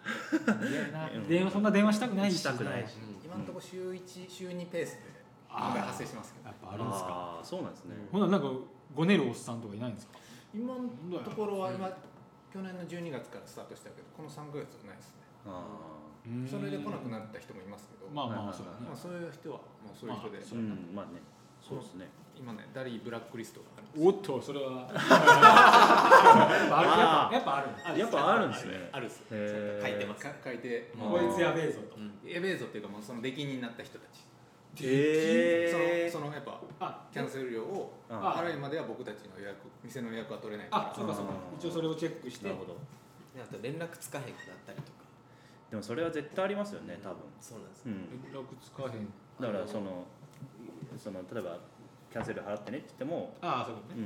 Speaker 1: 嫌やな
Speaker 2: うん
Speaker 1: 電話そんな電話したくないし
Speaker 2: したくないし
Speaker 3: 今のところ週一週二ペースで
Speaker 1: あー
Speaker 3: 問題発生してますけど
Speaker 1: やっぱあるんですか
Speaker 2: あーそうなんですね
Speaker 1: ほななんかごねるおっさんとかいないんですか
Speaker 3: 今のところは
Speaker 4: うん
Speaker 3: 今去年の12月からスタートしたけどこの3ヶ月はないですね
Speaker 2: あ
Speaker 3: それで来なくな
Speaker 1: る
Speaker 3: った人もいますけど
Speaker 1: まあ
Speaker 2: は
Speaker 1: まあ
Speaker 2: いはいはい
Speaker 1: そうだね
Speaker 3: まあそういう人はもうそういう人で
Speaker 1: まあ
Speaker 2: ーうんまあねそうですね
Speaker 3: 今ねダリーブラックリストがあるんです
Speaker 1: おっ
Speaker 3: よ
Speaker 1: とそれは
Speaker 2: あ ー
Speaker 1: やっぱあるやっぱある
Speaker 2: やっぱあるんですね
Speaker 3: あるっす
Speaker 2: へー
Speaker 4: 書いてます
Speaker 3: か書いて
Speaker 2: こいつや
Speaker 1: べえぞと
Speaker 4: うん
Speaker 3: エベーゾっていうかもうその出禁になった人たち
Speaker 2: えー
Speaker 3: そのそのやっぱ
Speaker 1: あ
Speaker 3: キャンセル料を
Speaker 2: あ
Speaker 3: 払いまでは僕たちの予約店の予約は取れないから
Speaker 1: あそうかそうか
Speaker 2: うん
Speaker 1: 一応それをチェックして
Speaker 2: なるほど
Speaker 4: であと連絡つかへんくなったりとか
Speaker 2: でもそれは絶対ありますよね多分、
Speaker 4: そうなんです
Speaker 2: う
Speaker 4: よ
Speaker 2: ん、
Speaker 1: 連絡つかへん
Speaker 2: だからそのその例えばキャンセル払ってねって言っても、
Speaker 1: ああそういうことね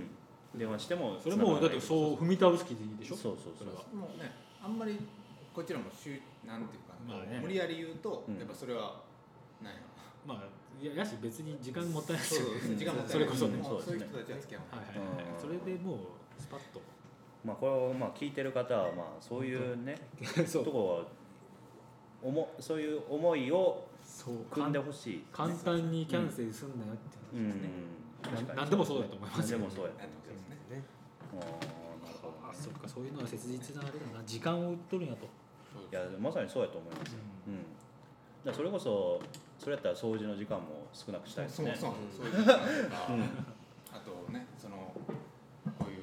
Speaker 2: うん、電話しても
Speaker 1: それもうだってそう踏み倒す気でいいで
Speaker 2: で
Speaker 1: しょ
Speaker 2: そうそう
Speaker 1: そ
Speaker 2: そ
Speaker 1: れは
Speaker 2: う
Speaker 3: もうねあんまりこちらもしゅなんていうか、
Speaker 1: まあね
Speaker 3: 無理やり言うと、
Speaker 2: うん
Speaker 3: やっぱそれはないの
Speaker 1: まあいややし別に時間もったいないです
Speaker 3: そう
Speaker 1: よ
Speaker 3: そうそう時間もっ たいない
Speaker 1: それこそね
Speaker 3: もう
Speaker 2: そ
Speaker 3: そうう
Speaker 2: です
Speaker 3: い
Speaker 2: ね
Speaker 3: う人たちは付き合
Speaker 1: はいは
Speaker 3: わない、
Speaker 1: いはい
Speaker 2: うん
Speaker 1: それでもうスパッと
Speaker 2: まあこれをまあ聞いてる方はまあそういうね
Speaker 1: そ
Speaker 2: とこはおもそういう思いを
Speaker 1: そう
Speaker 2: 組んでほしい、
Speaker 1: 簡単にキャンセルすんなよって
Speaker 2: う
Speaker 1: 話ですね、
Speaker 2: ん
Speaker 1: な何でもそうだと思います
Speaker 2: よ、
Speaker 1: よ
Speaker 2: 何でもそうや
Speaker 3: あのそうですね
Speaker 4: ね
Speaker 2: あーなるほど
Speaker 1: あ
Speaker 2: ね
Speaker 1: そっかそういうのは切実なあれだな時間を売っとるんやと、
Speaker 2: いやまさにそうやと思いますよ、うんだからそれこそそれやったら掃除の時間も少なくしたいです
Speaker 3: そう
Speaker 2: ね
Speaker 3: そう
Speaker 4: うん
Speaker 3: そういう時間とか、
Speaker 2: うん
Speaker 3: あとねそのこういう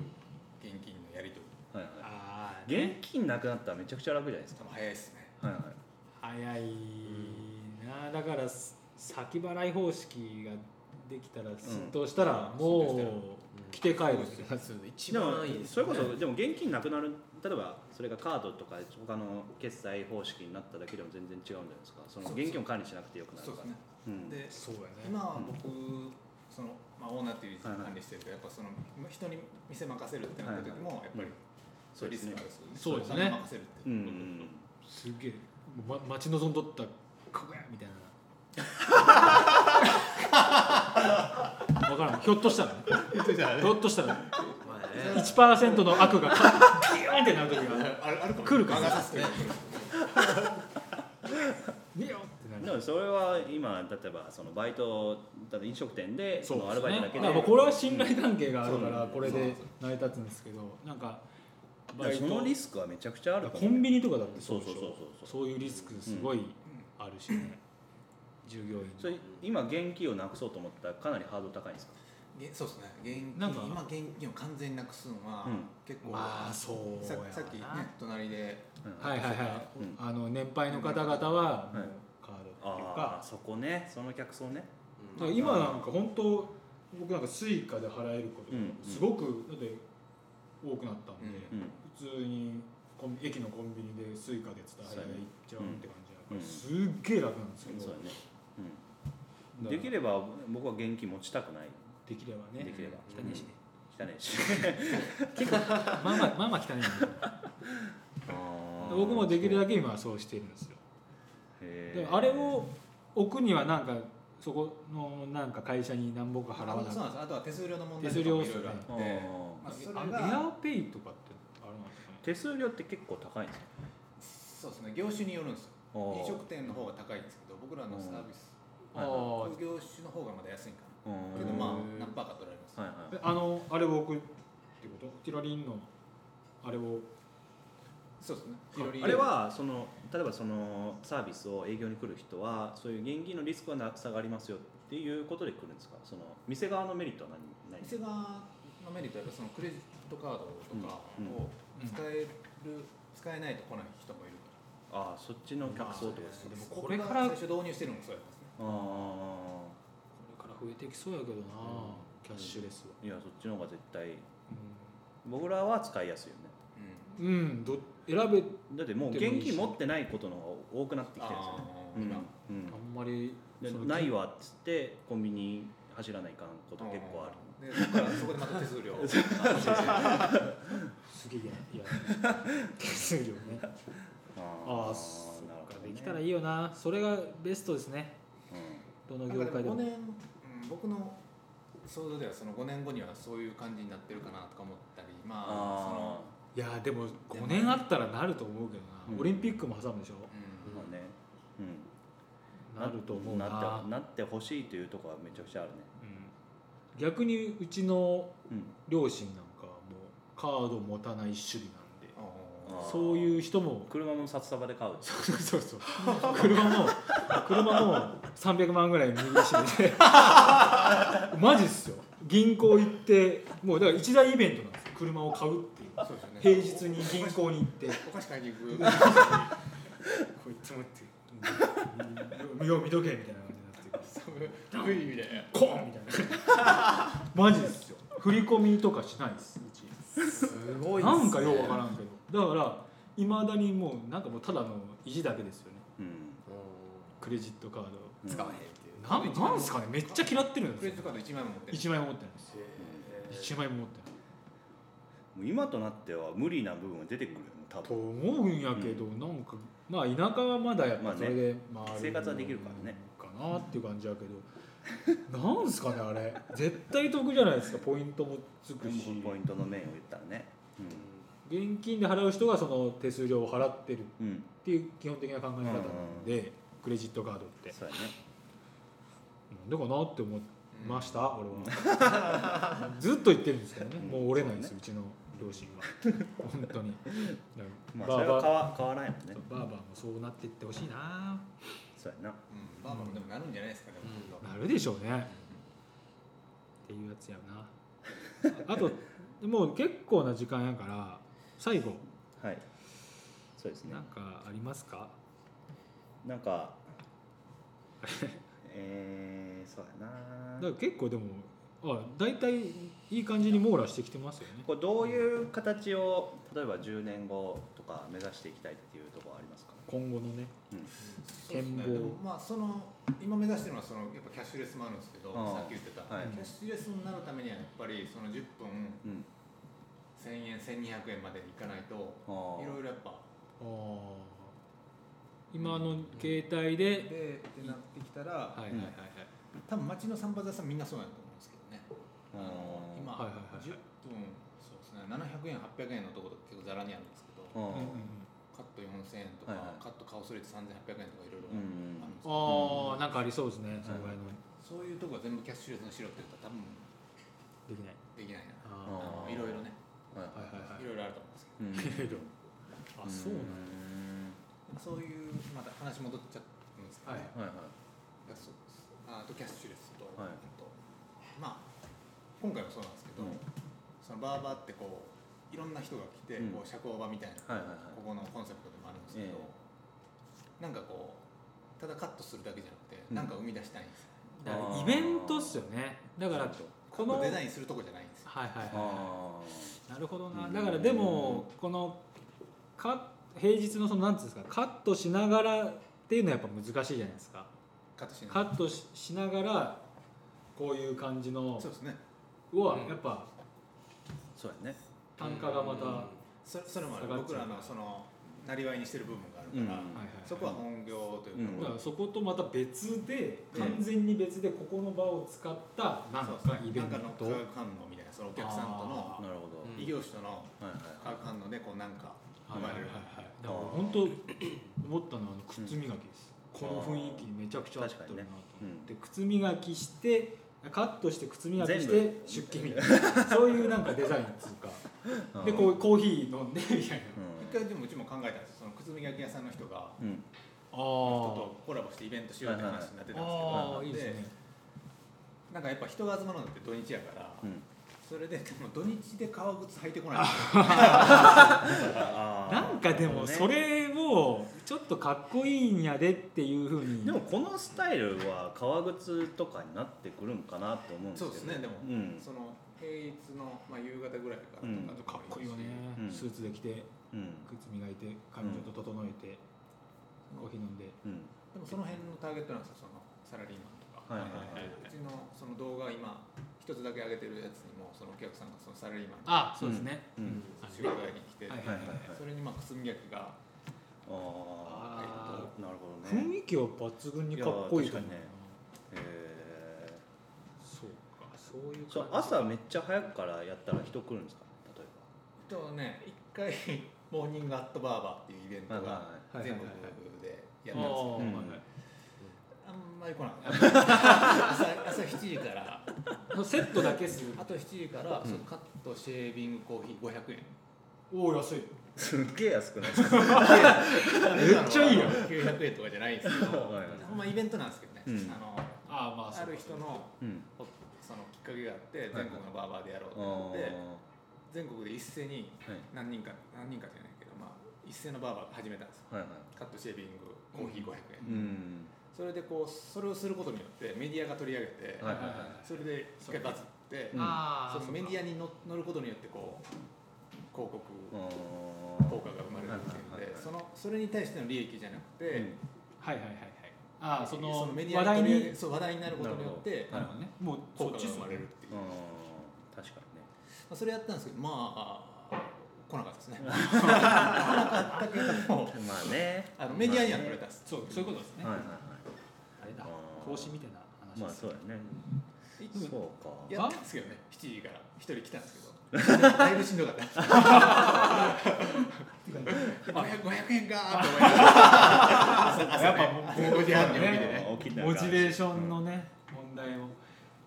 Speaker 3: 現金のやり取り
Speaker 2: はいはい
Speaker 1: ああ
Speaker 2: 現金なくなったらめちゃくちゃ楽じゃないですか
Speaker 3: 多分早いですね
Speaker 2: はいはい
Speaker 1: 早いなだからす先払い方式ができたら浸透したらも
Speaker 3: 浸透
Speaker 1: う来て帰るってやつ
Speaker 4: 一
Speaker 2: でも
Speaker 4: 番いいです
Speaker 2: それ
Speaker 4: よ
Speaker 2: こ
Speaker 4: ね
Speaker 2: そでも現金なくなる例えばそれがカードとか他の決済方式になっただけでも全然違うんじゃないですかその
Speaker 3: そう
Speaker 2: 現金を管理しなくてよくなる
Speaker 3: そう
Speaker 2: か
Speaker 3: で
Speaker 2: ら
Speaker 3: すね
Speaker 2: うん
Speaker 3: で
Speaker 1: そうやね
Speaker 3: 今は僕その、まあ、オーナーっていう
Speaker 2: はいはい
Speaker 3: 管理してるけどやっぱその人に店任せるってなった時もやっぱりそういうリスクがあるんです
Speaker 1: そう
Speaker 3: よ
Speaker 1: です
Speaker 3: ねお
Speaker 1: ね
Speaker 3: 金任せるって
Speaker 2: うんうん
Speaker 1: すげえ、ま、待ち望んどったここやみたい なわからんひょっとした らねひょっとしたらね
Speaker 4: まあね
Speaker 1: 1%の悪が かギューンってなる時が
Speaker 3: ああるかも
Speaker 1: 来るか
Speaker 3: 魔
Speaker 1: ら
Speaker 3: が差すという
Speaker 1: 見よってな
Speaker 2: で
Speaker 1: る
Speaker 2: もそれは今例えばそのバイトだって飲食店でそのアルバイトだけで
Speaker 1: だからもうこれは信頼関係があるから
Speaker 2: うん
Speaker 1: これで成り立つんですけどなんか
Speaker 2: だからそのリスクはめちゃくちゃあるかも
Speaker 1: コンビニとかだって
Speaker 2: そう
Speaker 1: でし
Speaker 2: そう
Speaker 1: ょ
Speaker 2: そうそうそう
Speaker 1: そういうリスクすごいあるしね、従業員
Speaker 2: それ今現金をなくそうと思ったらかなりハードル高いんですか
Speaker 3: げそうですね現金
Speaker 1: なんか
Speaker 3: 今現金を完全になくすのは
Speaker 2: うん
Speaker 3: 結構、
Speaker 1: まあそう
Speaker 3: さ
Speaker 1: やわな
Speaker 3: さっきね隣で
Speaker 2: うん
Speaker 1: はいはいはい、
Speaker 2: うん
Speaker 1: あの年配の方々は
Speaker 2: うん
Speaker 1: もうカードっていう
Speaker 2: あ
Speaker 1: か
Speaker 2: あそこねその客層ね
Speaker 4: うん
Speaker 1: だから今なんか本当僕なんかスイカで払えることがすごくだって多くなったんで、
Speaker 3: うん
Speaker 2: うん
Speaker 1: 普通にコンビ駅のコンビニでスイカで伝えられちゃうって感じだから、
Speaker 2: うん
Speaker 1: すっげえ楽なんですけど、
Speaker 2: そうやねうん
Speaker 1: だから
Speaker 2: できれば僕は現金持ちたくない
Speaker 1: できればね
Speaker 2: できれば
Speaker 1: 汚いしね、
Speaker 2: 汚い し
Speaker 1: まあまあまあまあ汚いんだけど僕もできるだけ今はそうしてるんですよ
Speaker 2: け
Speaker 1: でもあれを置くにはなんかそこのなんか会社に何ぼか払わな
Speaker 3: あ
Speaker 1: く
Speaker 3: そう
Speaker 1: て
Speaker 3: なんですあとは手数料の問題とかも
Speaker 1: 手
Speaker 2: 数料
Speaker 3: いろいろあって、
Speaker 2: ですよね
Speaker 3: まあ、それ
Speaker 1: あの
Speaker 3: が
Speaker 1: エアペイとかってあれなんですかね
Speaker 2: 手数料って結構高いんですか
Speaker 3: そうですね業種によるんですよ
Speaker 2: あー
Speaker 3: 飲食店の方が高いんですけど僕らのサービス
Speaker 2: はい
Speaker 1: あ
Speaker 3: 副業種の方がまだ安いんか
Speaker 2: うん
Speaker 3: な、けどまあ
Speaker 1: へー
Speaker 3: 何パーか取られます、
Speaker 2: はいはい
Speaker 1: ああのあれを置くってことティラリンのあれを
Speaker 3: そうですね
Speaker 2: あれはその例えばそのサービスを営業に来る人はそういう現金のリスクはな下がりますよっていうことで来るんですかその店側のメリットは何ない
Speaker 3: 店側のメリットはやっぱそのクレジットカードとか
Speaker 2: うんうん
Speaker 3: を使える、使えないと来ない人もいるか
Speaker 2: ああそっちの客層ってこと
Speaker 3: ら
Speaker 2: です
Speaker 1: ま
Speaker 2: ね
Speaker 1: でも
Speaker 3: 僕
Speaker 1: これ
Speaker 3: が
Speaker 1: から
Speaker 3: 最初導入してるのもそうやったんです
Speaker 2: あ
Speaker 3: ね
Speaker 2: あ
Speaker 1: これから増えてきそうやけどな、キャッシュレスは。
Speaker 2: いやそっちの方が絶対僕らは使いやすいよね
Speaker 1: うん、うん、ど選べ
Speaker 2: だってもう現金持ってないことの方が多くなってきてるんですよね
Speaker 3: あ
Speaker 2: う
Speaker 3: ー
Speaker 2: ん
Speaker 1: あ
Speaker 3: 今
Speaker 1: んまり
Speaker 2: うん
Speaker 1: その
Speaker 2: でないわっつってコンビニ走らないかんこと結構ある
Speaker 3: るでそこからそこでまた 手数料
Speaker 1: すげえ嫌や手数料ねああそ
Speaker 2: なる
Speaker 1: っ
Speaker 2: ほ
Speaker 1: か
Speaker 2: どね
Speaker 1: できたらいいよなそれがベストですねど
Speaker 2: う
Speaker 1: の
Speaker 3: なんか
Speaker 1: 業
Speaker 3: で
Speaker 1: 界で
Speaker 3: も5
Speaker 1: も
Speaker 3: 年、うん僕の想像ではその5年後にはそういう感じになってるかなとか思ったりま
Speaker 2: あ
Speaker 3: あ
Speaker 1: いやでも5年あったらなると思うけど
Speaker 2: うん
Speaker 1: なオリンピックも挟むでしょ
Speaker 3: その、う
Speaker 2: ーま
Speaker 3: ん
Speaker 2: あねうん
Speaker 1: なると思う
Speaker 2: なっ
Speaker 1: な
Speaker 2: てなってほしいというところはめちゃくちゃあるね
Speaker 1: うん逆にうちの
Speaker 2: うん
Speaker 1: 両親なんかはもうカード持たない主義なんで
Speaker 3: あ
Speaker 2: あー
Speaker 1: そういう人 も
Speaker 2: 車も札束で買う
Speaker 1: そうそうそう車も車も300万ぐらい握りしめてマジっすよ銀行行ってもうだから一大イベントなんですよ車を買うっていう
Speaker 3: ーそうですよね
Speaker 1: 平日に銀行に行 ってこ
Speaker 3: お菓子買いに行く
Speaker 1: いつもって身を見とけみたいな感じになってる
Speaker 3: そうどういう意味だよ
Speaker 1: コーンみたいなマジですよ振り込みとかしないですうち
Speaker 4: すごいっす
Speaker 1: な
Speaker 4: ね
Speaker 1: んかようわからんけどだからいまだにもうなんかもうただの意地だけですよね
Speaker 2: うん
Speaker 4: う
Speaker 1: クレジットカード
Speaker 2: うん
Speaker 4: ん使わへんっていう
Speaker 1: なんなんですかねめっちゃ嫌ってるん
Speaker 3: クレ
Speaker 1: です
Speaker 3: ジット
Speaker 1: よ
Speaker 3: カード1枚も持ってない
Speaker 1: 1枚も持ってないです1枚も持ってない
Speaker 2: もう今となっては無理な部分が出てくるよね多
Speaker 1: と
Speaker 2: 分
Speaker 1: 思うんやけど、なんかまあ田舎はまだやっ
Speaker 2: まあ
Speaker 1: ぱ
Speaker 2: ね
Speaker 1: それで、まあ
Speaker 2: 生活はできるからね
Speaker 1: かなっていう感じやけどなんすかねあれ絶対得じゃないですかポイントもつくし
Speaker 2: ポイントの面を言ったらね
Speaker 1: 現金で払う人がその手数料を払ってるっ
Speaker 2: うん、うん、
Speaker 1: ていう基本的な考え方なんで、クレジットカードって
Speaker 2: そうやね
Speaker 1: なんでかなって思いました、俺は ずっと言ってるんですけどね、
Speaker 2: うん
Speaker 1: もう折れないですう,、ちの両親は本当に
Speaker 2: ま
Speaker 1: バ
Speaker 2: あそ
Speaker 1: ー
Speaker 2: れ
Speaker 1: バ
Speaker 2: は変
Speaker 1: ー
Speaker 2: わ変わらんやもんね
Speaker 1: バーバーもそうなっていってほしいな
Speaker 2: そうやな
Speaker 3: うんバーバーもでもなるんじゃないですかね、
Speaker 4: うん
Speaker 1: なるでしょうねっていうやつやなあともう結構な時間やから最後
Speaker 2: はいそうですね
Speaker 1: なんかありますか
Speaker 2: な んかえー、そうやな
Speaker 1: だから結構でもあ大体いい感じに網羅してきてますよね
Speaker 2: これどういう形を例えば10年後とか目指していきたいっていうところはありますか
Speaker 1: 今後のね
Speaker 3: そうですね
Speaker 1: 展望
Speaker 3: でもまあその今目指してるのはそのやっぱキャッシュレスもあるんですけど
Speaker 2: ああ
Speaker 3: さっき言ってた、
Speaker 2: はい
Speaker 3: キャッシュレスになるためにはやっぱりその10分
Speaker 2: うん
Speaker 3: 1000円1200円までいかないとい
Speaker 2: あー
Speaker 3: ろいろやっぱ
Speaker 1: あー今の携帯で、
Speaker 3: でってなってきたら、
Speaker 1: はいはいはい
Speaker 2: うん
Speaker 3: 多分町の三番座さんみんなそうなんだと思うんですけどね
Speaker 2: あ
Speaker 3: あの
Speaker 2: ー
Speaker 3: 今、
Speaker 1: はいはいはい
Speaker 3: 10分そうですね700円800円のところって結構ざらにあるんですけど
Speaker 1: うん
Speaker 2: あー
Speaker 1: うんうん
Speaker 3: カット4000円とか、
Speaker 2: はいはい
Speaker 3: カット顔それて3800円とかいろい
Speaker 2: う
Speaker 3: ろあ
Speaker 2: ん
Speaker 3: るんですけど、
Speaker 1: ああなんかありそうですねそのぐらいの
Speaker 3: そういうとこは全部キャッシュレスにしろって言ったら多
Speaker 1: で
Speaker 3: 分
Speaker 1: きない
Speaker 3: できないな
Speaker 1: あ
Speaker 2: あ
Speaker 3: あの
Speaker 2: ー
Speaker 3: いろいろね
Speaker 2: はい
Speaker 1: あはいはいはい
Speaker 3: いろいろあると思うんですけ
Speaker 2: うん
Speaker 1: けどあそうなんだ
Speaker 3: どそういうまた話戻っちゃうんですけど、
Speaker 1: はい
Speaker 2: うんはいはい
Speaker 3: やそうですああとキャッシュレスと,、
Speaker 2: はい
Speaker 3: あとまあ今回もそうなんですけど、
Speaker 2: うん
Speaker 3: そのバーバーってこういろんな人が来て、
Speaker 2: うん
Speaker 3: こう社交場みたいな、
Speaker 2: はいはいはい
Speaker 3: ここのコンセプトでもあるんですけど、
Speaker 2: え
Speaker 3: なんかこうただカットするだけじゃなくて、
Speaker 2: うん
Speaker 3: なんか生み出したいんですよ
Speaker 1: だからイベントっすよねだからこのは
Speaker 3: こう
Speaker 1: い
Speaker 3: デザインするとこじゃないんですよ
Speaker 1: はいは
Speaker 2: あ
Speaker 1: いなるほどな
Speaker 2: うん
Speaker 1: だからでもこのか平日のそのなんていうんですかカットしながらっていうのはやっぱ難しいじゃないですか
Speaker 3: カットし
Speaker 1: カ
Speaker 3: ない
Speaker 1: ットししながらこういう感じの
Speaker 3: そうですね
Speaker 1: は
Speaker 4: うん
Speaker 1: やっぱ
Speaker 2: ーそうやね
Speaker 1: 単価がまた、
Speaker 4: うん
Speaker 1: は
Speaker 3: そそれもある
Speaker 1: 下がっち
Speaker 3: 僕
Speaker 1: ゃう
Speaker 3: らのそのなりわいにしてる部分があるから、
Speaker 2: うん
Speaker 1: いはい
Speaker 3: そこは本業という
Speaker 2: うん
Speaker 1: だ
Speaker 3: か、
Speaker 1: からそことまた別で完全に別でここの場を使ったなん
Speaker 3: そう
Speaker 1: かイベン
Speaker 3: なんかの化
Speaker 1: ト
Speaker 3: 学反応みたいなそのお客さんとの
Speaker 1: あ
Speaker 2: なるほど、
Speaker 4: うん
Speaker 3: 異業種との
Speaker 2: はいはい
Speaker 3: 化学反応でこうなんか生
Speaker 1: はい
Speaker 3: ま
Speaker 1: はいは
Speaker 3: れ
Speaker 1: い
Speaker 3: る、
Speaker 1: だから本当思ったのはあの靴磨きです、
Speaker 2: うん
Speaker 1: この雰囲気めちゃくちゃ合ってるなと思って、
Speaker 2: 確かにねうん
Speaker 1: で靴磨きしてカットして靴磨きし
Speaker 2: 全
Speaker 1: て出勤みたいなそういうなんかデザインっつうかでこうコーヒー飲んでみたいな、
Speaker 2: うん
Speaker 3: 一回でもうちも考えたんですよその靴磨き屋さんの人が
Speaker 2: うん
Speaker 3: 人
Speaker 1: あ
Speaker 3: とコラボしてイベントしようって話になってたんですけど、
Speaker 1: ああいいですね
Speaker 3: なんかやっぱ人が集まるのって土日やから、
Speaker 2: うん
Speaker 3: それででも土日で革靴履いてこないんですよ
Speaker 2: あー
Speaker 1: なんかでもそ
Speaker 2: ね
Speaker 1: れをちょっとかっこいいんやでっていうふうに
Speaker 2: でもこのスタイルは革靴とかになってくるんかなって思うんですけ
Speaker 3: そ
Speaker 2: ど
Speaker 3: うですねでも、
Speaker 2: うん
Speaker 3: その平日の、まあ、夕方ぐらいから
Speaker 2: うん
Speaker 3: とか
Speaker 1: かっこいいよね、
Speaker 2: うん
Speaker 1: スーツで着て
Speaker 2: うん
Speaker 1: 靴磨いて髪ちょっと整えて、コーヒー飲んで
Speaker 2: うん
Speaker 3: でもその辺のターゲットなんですよそのサラリーマンとか、
Speaker 2: はいはいはいはいう
Speaker 3: ちのその動画今一つだけ上げてるやつにもそのお客さんがそのサラリーマン
Speaker 1: あそうですね、
Speaker 2: う
Speaker 4: うんん
Speaker 3: の仕事帰りに来て、
Speaker 1: はい
Speaker 2: はいはいはい
Speaker 3: それにまあ靴磨きが
Speaker 2: あ
Speaker 1: あ
Speaker 2: あなるほどね
Speaker 1: 雰囲気は抜群にかっこいいと思う
Speaker 2: いや確かにねえー
Speaker 1: そうかそういう感じ
Speaker 2: そう朝めっちゃ早くからやったら人来るんですか例え
Speaker 3: えっとね一回モーニングアットバーバーっていうイベン
Speaker 2: ば
Speaker 3: トが
Speaker 1: はいはいはい
Speaker 3: 全国でや
Speaker 1: や
Speaker 3: ったんですけど
Speaker 2: うん
Speaker 3: あんまり来ない朝朝7時 から
Speaker 1: セットだけする
Speaker 3: あと7時から
Speaker 2: うん
Speaker 3: そのカットシェービングコーヒー500円
Speaker 1: おお安い
Speaker 2: すっげえ安くないですか
Speaker 1: めっちゃいいやん
Speaker 3: 900円とかじゃないんですけど
Speaker 2: はい
Speaker 3: ほんまイベントなんですけどね、
Speaker 2: うん
Speaker 3: あの
Speaker 1: ああまあ
Speaker 3: ある人の
Speaker 2: うん
Speaker 3: そのきっかけがあって全国のバーバーでやろう
Speaker 2: あ
Speaker 3: と思っ
Speaker 2: ー
Speaker 3: て、全国で一斉に
Speaker 2: はい
Speaker 3: 何人か何人かじゃないけどまあ一斉のバーバーが始めたんですよ
Speaker 2: はいはい
Speaker 3: カットシェービングコーヒー500円、
Speaker 2: うん
Speaker 3: それでこうそれをすることによってメディアが取り上げて、
Speaker 2: はいはいはい
Speaker 3: それで一回バズって、
Speaker 2: うん
Speaker 4: あ
Speaker 3: そのメディアにの乗ることによってこう広告効果が生まれるっていうの
Speaker 2: はいはいはい
Speaker 3: で
Speaker 2: はい
Speaker 3: そのそれに対しての利益じゃなくて、
Speaker 1: はいはいはいはいああその
Speaker 3: メディ
Speaker 1: 話題
Speaker 3: アに取り上
Speaker 1: に
Speaker 3: げそう話題になることによって
Speaker 2: なるほど
Speaker 1: ねもう
Speaker 3: 効
Speaker 1: そ
Speaker 3: 果
Speaker 1: っ
Speaker 3: が
Speaker 1: ちっ
Speaker 3: 生
Speaker 1: す
Speaker 3: ま
Speaker 1: よ
Speaker 3: れるっ
Speaker 1: ね
Speaker 3: ていう
Speaker 2: うん確かにね
Speaker 3: まあ、それやったんですけどまあ来なかったですね 来なかったけども
Speaker 2: まあね
Speaker 3: あのメディアには取れたんです、
Speaker 1: そうそういうことですね、
Speaker 2: はいはい
Speaker 1: あれだ
Speaker 2: はい
Speaker 1: 投資みたいな話
Speaker 2: ま
Speaker 1: で
Speaker 2: あ
Speaker 1: す、
Speaker 2: そうやねそうか
Speaker 3: やったんですけど ね7時から1人来たんです けどだいぶしんどかったです 500, 500円かーって思いなが ら朝
Speaker 1: やっ
Speaker 3: ね
Speaker 1: ぱもう
Speaker 3: 朝5時半に起きてね
Speaker 2: 起きたら
Speaker 1: モチベーションのね、問題も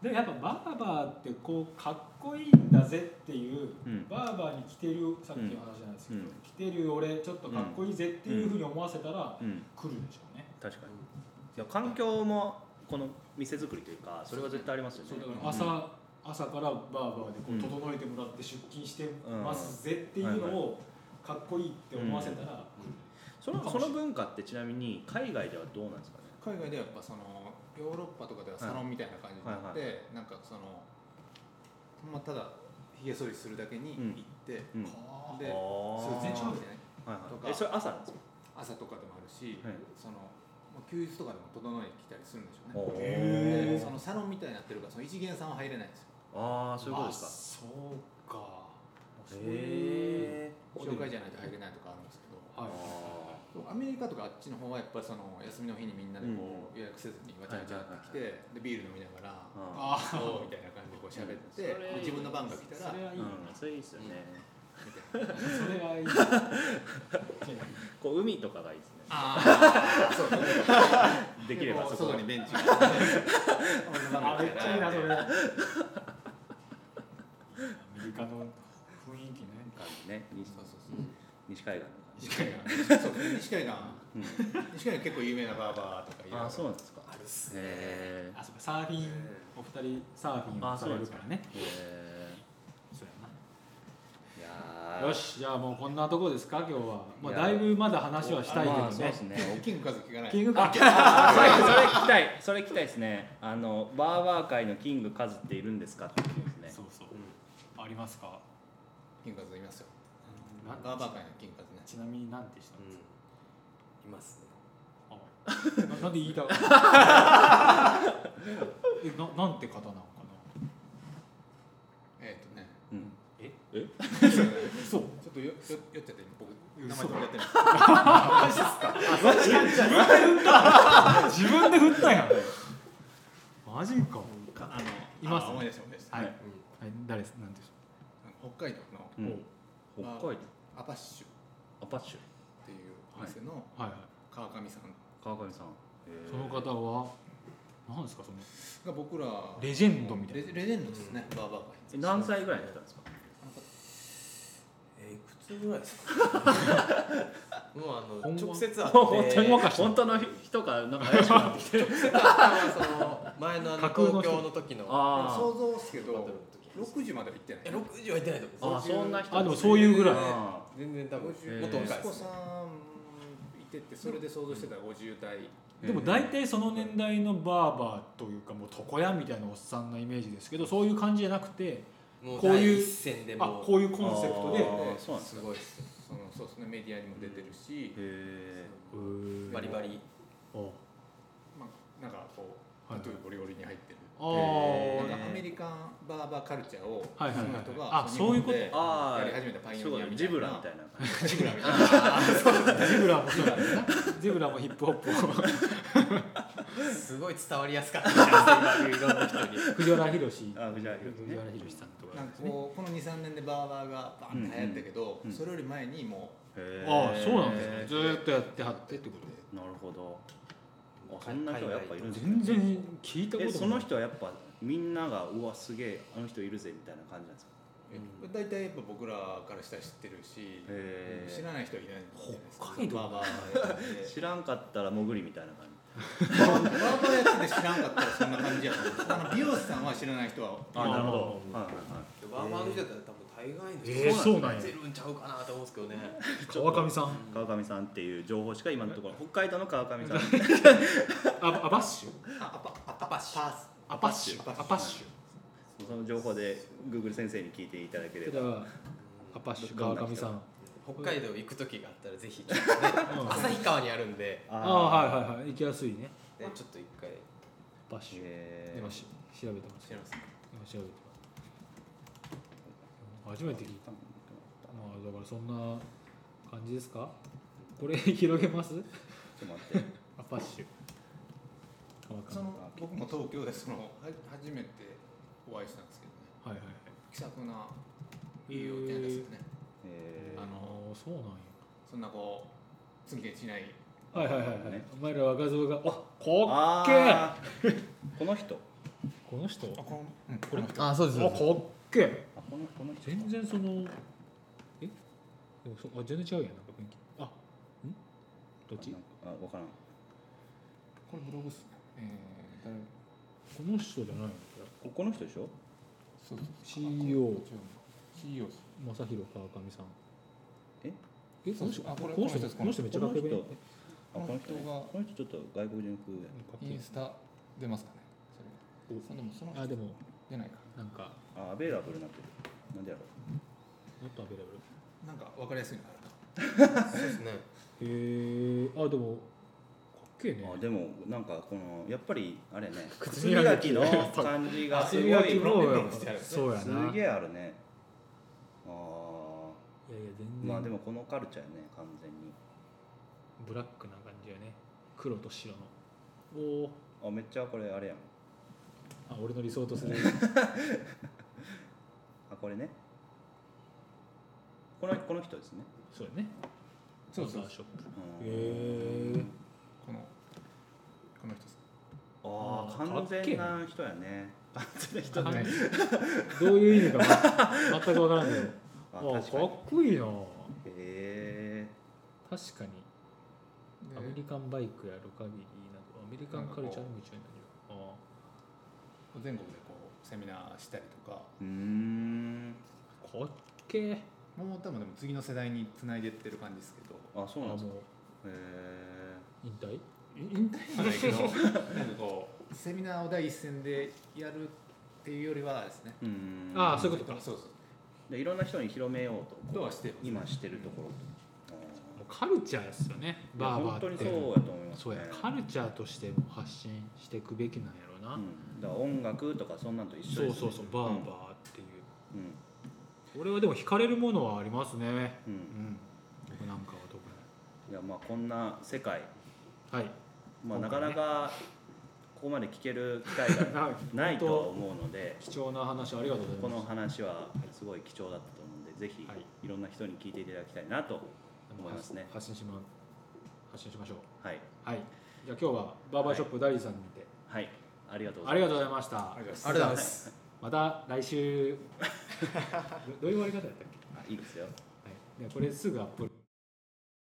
Speaker 1: でやっぱバーバーってこうかっこいいんだぜっていう、
Speaker 2: うん
Speaker 1: バーバーに来てるさっきの話じゃないですけど、
Speaker 2: うん
Speaker 1: 来てる俺ちょっとかっこいいぜっていうふうに思わせたら、
Speaker 2: うん
Speaker 1: 来るでしょうね
Speaker 2: 確かにいや環境もこの店作りというかそれは絶対ありますよね
Speaker 1: そうだから朝、朝からバーバーでこ
Speaker 2: う
Speaker 1: うん整えてもらって出勤してますぜっていうのをかっこいいって思わせたら、
Speaker 2: そのその文化ってちなみに海外ではどうなんですかね
Speaker 3: 海外ではやっぱそのヨーロッパとかではサロンみたいな感じになって、
Speaker 2: は
Speaker 3: なんかその、まあ、ただひげ剃りするだけに行って、
Speaker 2: うんうん
Speaker 1: あ
Speaker 3: で
Speaker 2: あー
Speaker 3: 数
Speaker 1: 全
Speaker 3: 日
Speaker 1: 然違
Speaker 3: 間
Speaker 1: う
Speaker 3: みたいな
Speaker 2: はい
Speaker 3: と
Speaker 2: は
Speaker 3: か
Speaker 2: いえそれ朝なんですか
Speaker 3: 朝とかでもあるし、
Speaker 2: はい
Speaker 3: そのまあ休日とかでも整えに来たりするんでしょうね
Speaker 2: お
Speaker 1: へ
Speaker 2: ー
Speaker 3: でそのサロンみたいになってるからその一元さんは入れないんですよ
Speaker 2: ああそ
Speaker 1: あ
Speaker 2: ういうことですか
Speaker 1: そうかそういう
Speaker 2: へえ
Speaker 3: 紹介じゃないと入れないとかあるんですけど
Speaker 1: はい
Speaker 3: でもアメリカとかあっちの方はやっぱりその休みの日にみんなでこう予約せずにわちゃわちゃってきて、
Speaker 2: は
Speaker 3: でビール飲みながら「
Speaker 1: あ
Speaker 2: あ
Speaker 1: ー
Speaker 3: おうみたいな感じでこう喋って、
Speaker 4: うんそれ
Speaker 3: で自分の番が来たら
Speaker 1: それ
Speaker 2: あ
Speaker 1: はいい、
Speaker 2: うんそれいいですよね
Speaker 3: みたいな。
Speaker 1: それはいい
Speaker 2: こう海とかがいいですね
Speaker 3: ああ、そうね。
Speaker 2: できればそこ
Speaker 3: 外に
Speaker 2: に
Speaker 3: ベ ンチがあって。
Speaker 1: あめっちゃいいなそれ
Speaker 3: は
Speaker 1: アメリカの雰囲気ね
Speaker 2: ね西
Speaker 3: そうそう
Speaker 2: 西海岸の
Speaker 3: 西海岸。そう西海岸。
Speaker 2: うん
Speaker 3: 西海岸結構有名なバーバーとかいろいろ。
Speaker 2: あそうなんですかあるっすねへ
Speaker 1: あそうかサーフィンお二人サーフィンを
Speaker 2: あ
Speaker 1: さ
Speaker 2: そうな
Speaker 1: れ
Speaker 2: んで
Speaker 1: る
Speaker 2: す
Speaker 1: か
Speaker 2: から
Speaker 1: ね
Speaker 2: え
Speaker 1: そうやない
Speaker 2: やー
Speaker 1: よしじゃあもうこんなとこですか今日は、まあ、
Speaker 2: いや
Speaker 1: だいぶまだ話はしたいけど
Speaker 2: まあそうで
Speaker 1: ね
Speaker 2: す ね
Speaker 3: キングカズ聞かない。
Speaker 1: キングカズ
Speaker 2: あそれそれ聞きたいそれ聞きたいですねあのバーバー界のキングカズっているんですかって聞きたいです
Speaker 1: そ
Speaker 2: ね
Speaker 1: うそう、ありますか
Speaker 3: キングカズいますよ。
Speaker 1: な
Speaker 3: バーバー界のキングカズね。
Speaker 1: ちなみに何でした、
Speaker 4: いますね
Speaker 1: あななんで言いたえななんて方なのかな
Speaker 3: えっとね。
Speaker 2: うん
Speaker 1: そう
Speaker 3: ちょっとよよ酔っちゃって僕名前取り合ってる。
Speaker 1: 自分で振ったやんマジか
Speaker 3: あの
Speaker 1: います
Speaker 3: あ思い出した思い出した。
Speaker 1: はい、
Speaker 2: は
Speaker 1: はいい、誰ですなんでし
Speaker 3: 北海道
Speaker 2: う
Speaker 3: の
Speaker 2: ん北
Speaker 3: まあ
Speaker 2: 海道
Speaker 3: アパッシュっ
Speaker 2: アパッシュ
Speaker 3: ていうお店の
Speaker 1: ょうはいはい
Speaker 3: 川上さん
Speaker 2: 川上さん
Speaker 1: その方は何ですかその
Speaker 3: が僕ら
Speaker 1: レジェンドみたい
Speaker 3: レ
Speaker 1: な
Speaker 3: ジレジェンドですね。バーバー界。
Speaker 2: え何歳ぐらいの人なんですか
Speaker 4: えーいくつぐらいですかもうあ
Speaker 1: ほん
Speaker 4: の
Speaker 1: ま
Speaker 4: 直接会って
Speaker 1: 本当に若し
Speaker 2: 本当の人かなんか怪しくなってきてる
Speaker 4: その前のあの
Speaker 1: 架空の人
Speaker 4: 東京の時の
Speaker 2: あ
Speaker 3: 想像ですけ
Speaker 4: バト
Speaker 3: ど
Speaker 4: ルの時
Speaker 3: 6時までは行ってない
Speaker 4: え六時は行ってないと
Speaker 2: ー
Speaker 4: 思う
Speaker 2: あーそんな人
Speaker 1: あでもそういうぐらい
Speaker 2: あ
Speaker 4: 全然多分
Speaker 2: 50
Speaker 4: もっと若い
Speaker 3: 息
Speaker 4: で
Speaker 3: 子
Speaker 4: す
Speaker 3: さ
Speaker 4: ね
Speaker 3: んいててそれで想像してた50代
Speaker 2: ー
Speaker 1: でも大体その年代のバーバーというかもう床屋みたいなおっさんのイメージですけどそういう感じじゃなくて
Speaker 4: もう
Speaker 1: こういう
Speaker 4: 第一線で
Speaker 1: あ
Speaker 4: も
Speaker 1: こういうコンセプトで
Speaker 2: あーそうなんです
Speaker 3: ごいっすそのそうですねメディアにも出てるし、
Speaker 2: へ
Speaker 1: へー
Speaker 4: バリバリ
Speaker 1: お
Speaker 3: まあ、なんかこう
Speaker 1: はい
Speaker 3: タトゥーゴリゴリに入ってる、
Speaker 1: あー
Speaker 3: なんかアメリカンバーバーカルチャーを
Speaker 1: はいはいはい
Speaker 3: その人
Speaker 1: あ
Speaker 3: が
Speaker 1: そういうこと
Speaker 3: 日本で
Speaker 2: あ
Speaker 3: や
Speaker 2: ー
Speaker 3: り始めたパイ
Speaker 2: す
Speaker 3: オ
Speaker 2: ご
Speaker 3: ニア
Speaker 2: い
Speaker 3: みたいな
Speaker 2: ジブラみたいな感じ
Speaker 3: ジブラみたいな
Speaker 1: ジブラもそうだよねジブラもヒップホップも
Speaker 4: すごい伝わりやすかったですいろんな人に
Speaker 1: 藤原宏
Speaker 2: あ藤原宏
Speaker 1: 藤
Speaker 2: ね
Speaker 1: 原宏さんとか
Speaker 3: なんかこうこの23年でバーバーがバンって流行ったけど、
Speaker 2: うんうん
Speaker 3: それより前にも
Speaker 2: へ
Speaker 1: ああ
Speaker 2: ー
Speaker 1: そうなんですねずーっとやってはってってこと
Speaker 2: なるほどあそんな人はやっぱいるんですね
Speaker 1: 全然聞いたこと
Speaker 2: え
Speaker 1: ない
Speaker 2: その人はやっぱみんながうわすげえあの人いるぜみたいな感じなんですか
Speaker 3: う大体やっぱ僕らからしたら知ってるし、
Speaker 2: へー
Speaker 3: 知らない人はいないんじゃないですか
Speaker 1: 北海道
Speaker 3: バーバーやって て
Speaker 2: 知らんかったら潜りみたいな感
Speaker 3: バーバーやってて知らんかったらそんな感じやと思うあの美容師さんは知らない人は
Speaker 2: じあなるほどはいはい
Speaker 4: バーバーの人だったら多分大大概の人
Speaker 1: えーそうなんや
Speaker 4: 出るんちゃうかなと思うんですけどね
Speaker 1: 川上さん
Speaker 2: 川上さんっていう情報しか今のところ北海道の川上さん
Speaker 1: あアバッシュ
Speaker 4: あアパアパパッシュ
Speaker 1: アパッシュアパッシ
Speaker 2: その情報で Google 先生に聞いていただけれ
Speaker 1: ュじ
Speaker 2: ば
Speaker 1: ゃあアパッシュ川上さん
Speaker 4: 北海道行く時があったらぜひ、ね、旭川にあるんで、ね、
Speaker 1: ああーはいはいはい行きやすいね
Speaker 4: ちょっと一回
Speaker 1: アパッシュ
Speaker 2: えー
Speaker 1: 今し調べてます
Speaker 4: 知らんすか
Speaker 1: 今調べてます初めて聞いたまあだからそんな感じですかこれ広げます
Speaker 2: ちょっと待って
Speaker 1: アパッシュ川上
Speaker 3: その僕も東京でそのは初めてお会いしたんですけ
Speaker 1: は
Speaker 3: どね
Speaker 1: いはいはい
Speaker 3: 気さくな医療店ですよね
Speaker 2: えー
Speaker 1: あ
Speaker 3: あ
Speaker 1: の
Speaker 3: の
Speaker 1: そうなんや
Speaker 3: そんなこうつんけんしない
Speaker 1: はいはいはいはい
Speaker 2: ね
Speaker 1: お前らは画像があこっけー
Speaker 2: あーこの人
Speaker 1: この人
Speaker 3: この、うん、これも
Speaker 4: あそう
Speaker 1: あかっけえ
Speaker 2: あこのこの人
Speaker 1: 全然そのえでもそあ全然違うやんなんか雰囲気あんどっち
Speaker 2: あ分からん
Speaker 3: これブログっすねえー、誰
Speaker 1: この人じゃないの
Speaker 2: ここの人でしょ
Speaker 3: そうそう
Speaker 1: CEO
Speaker 3: CEO です
Speaker 1: 正弘川上さん
Speaker 2: え
Speaker 1: えこの人
Speaker 3: あこれ
Speaker 1: この
Speaker 3: この
Speaker 1: 人
Speaker 3: 人です
Speaker 1: この人めっちゃかっこよくない
Speaker 2: この人あこの人ね
Speaker 3: この人が
Speaker 2: この人ちょっと外国人風
Speaker 1: えかっこい
Speaker 3: イ
Speaker 1: い
Speaker 3: ンスタ出ますかねそれ
Speaker 1: お
Speaker 3: そんでもその
Speaker 1: あでも
Speaker 3: 出ないか
Speaker 1: なんか
Speaker 2: あアベラブルになってるなんでやろ
Speaker 1: もっとアベレ
Speaker 3: なんかわかりやすいのかな
Speaker 4: ですね
Speaker 1: ブルへえあでもかっけえね
Speaker 2: うあでもなんかこのやっぱりあれね
Speaker 1: 靴
Speaker 2: 靴
Speaker 1: 磨
Speaker 2: 磨
Speaker 1: き
Speaker 2: き
Speaker 1: の
Speaker 2: の感じ がす
Speaker 1: す
Speaker 2: ごい
Speaker 1: り焼き
Speaker 2: す
Speaker 1: も
Speaker 3: ロンしてあるね
Speaker 1: そうやな
Speaker 2: げ
Speaker 1: いやいや
Speaker 2: えあるねああ
Speaker 1: 全然
Speaker 2: まあでもこのカルチャーやね完全に
Speaker 1: ブラックな感じやね黒と白のおお
Speaker 2: あめっちゃこれあれやん
Speaker 1: あ俺の理想とする
Speaker 2: あこれねこのこの人ですね
Speaker 1: そうやね
Speaker 3: そうそ
Speaker 1: モ
Speaker 3: う
Speaker 1: ーターショップ
Speaker 2: うん
Speaker 1: へー
Speaker 3: このこの人です
Speaker 2: ああ
Speaker 1: あー
Speaker 2: 完全な人やね完全な人
Speaker 1: は
Speaker 2: ね
Speaker 1: いどういう意味か全く分からんけど
Speaker 2: あ
Speaker 1: あ
Speaker 2: 確か
Speaker 1: か
Speaker 2: に
Speaker 1: っこいいな
Speaker 2: へえ
Speaker 1: 確かに
Speaker 3: で
Speaker 1: アメリカンバイクやロカビリーなどアメリカンカルチャーにも一応になるよ
Speaker 3: 全国でこうセミナーしたりとか
Speaker 2: うーん
Speaker 1: あーかっけえ
Speaker 3: もう多分でも次の世代につないでってる感じですけど
Speaker 2: あそ
Speaker 1: あ
Speaker 2: うな
Speaker 1: も
Speaker 2: ん
Speaker 1: う
Speaker 2: ですかへえ
Speaker 1: 引退
Speaker 3: 引退じゃな いけどなんかこうセミナーを第一線でやるっていうよりはですね
Speaker 2: うーん
Speaker 1: あーそういうことか
Speaker 3: そうそう
Speaker 2: でいろんな人に広めようと
Speaker 3: とはしてる
Speaker 2: 今してるところと
Speaker 1: もうカルチャーですよね
Speaker 2: あー
Speaker 1: バーバー
Speaker 2: 本当に
Speaker 1: っ
Speaker 2: そ
Speaker 1: て
Speaker 2: うやと思います
Speaker 1: そう
Speaker 2: ね
Speaker 1: やカルチャーとしても発信していくべきなんやろうな、
Speaker 2: うん、だから音楽とかそんなんと一緒
Speaker 1: そ
Speaker 2: で
Speaker 1: う
Speaker 2: す
Speaker 1: そうそうバーバーっていう、
Speaker 2: うん
Speaker 1: 俺はでも惹かれるものはありますね
Speaker 2: う
Speaker 1: うんん僕なんかは特に
Speaker 2: いやまあこんな世界
Speaker 1: はい
Speaker 2: まあな
Speaker 1: 今回
Speaker 2: か
Speaker 1: ね
Speaker 2: なかここまで聞ける機会が
Speaker 1: な
Speaker 2: ないとは
Speaker 1: 本
Speaker 2: 思うので
Speaker 1: 当貴重な話ありがとうござ
Speaker 2: こ
Speaker 1: い
Speaker 2: の
Speaker 1: ます
Speaker 2: 話はすごい貴重だったと思うんでぜひ
Speaker 1: はい
Speaker 2: いろんな人に聞いていただきたいなと思いますね
Speaker 1: 発信しま発信しましょう
Speaker 2: はい
Speaker 1: はいじゃあ今日はバーバーショップダリーさんにて、
Speaker 2: はいありがとうご
Speaker 1: あ
Speaker 2: ざい
Speaker 1: りが
Speaker 2: ま
Speaker 1: とうございました
Speaker 3: ありがとうございます
Speaker 4: ありがとうございます
Speaker 1: また来週どどういう終わり方やったっけ、は
Speaker 2: すいいですよ
Speaker 1: い、でこれすぐアップ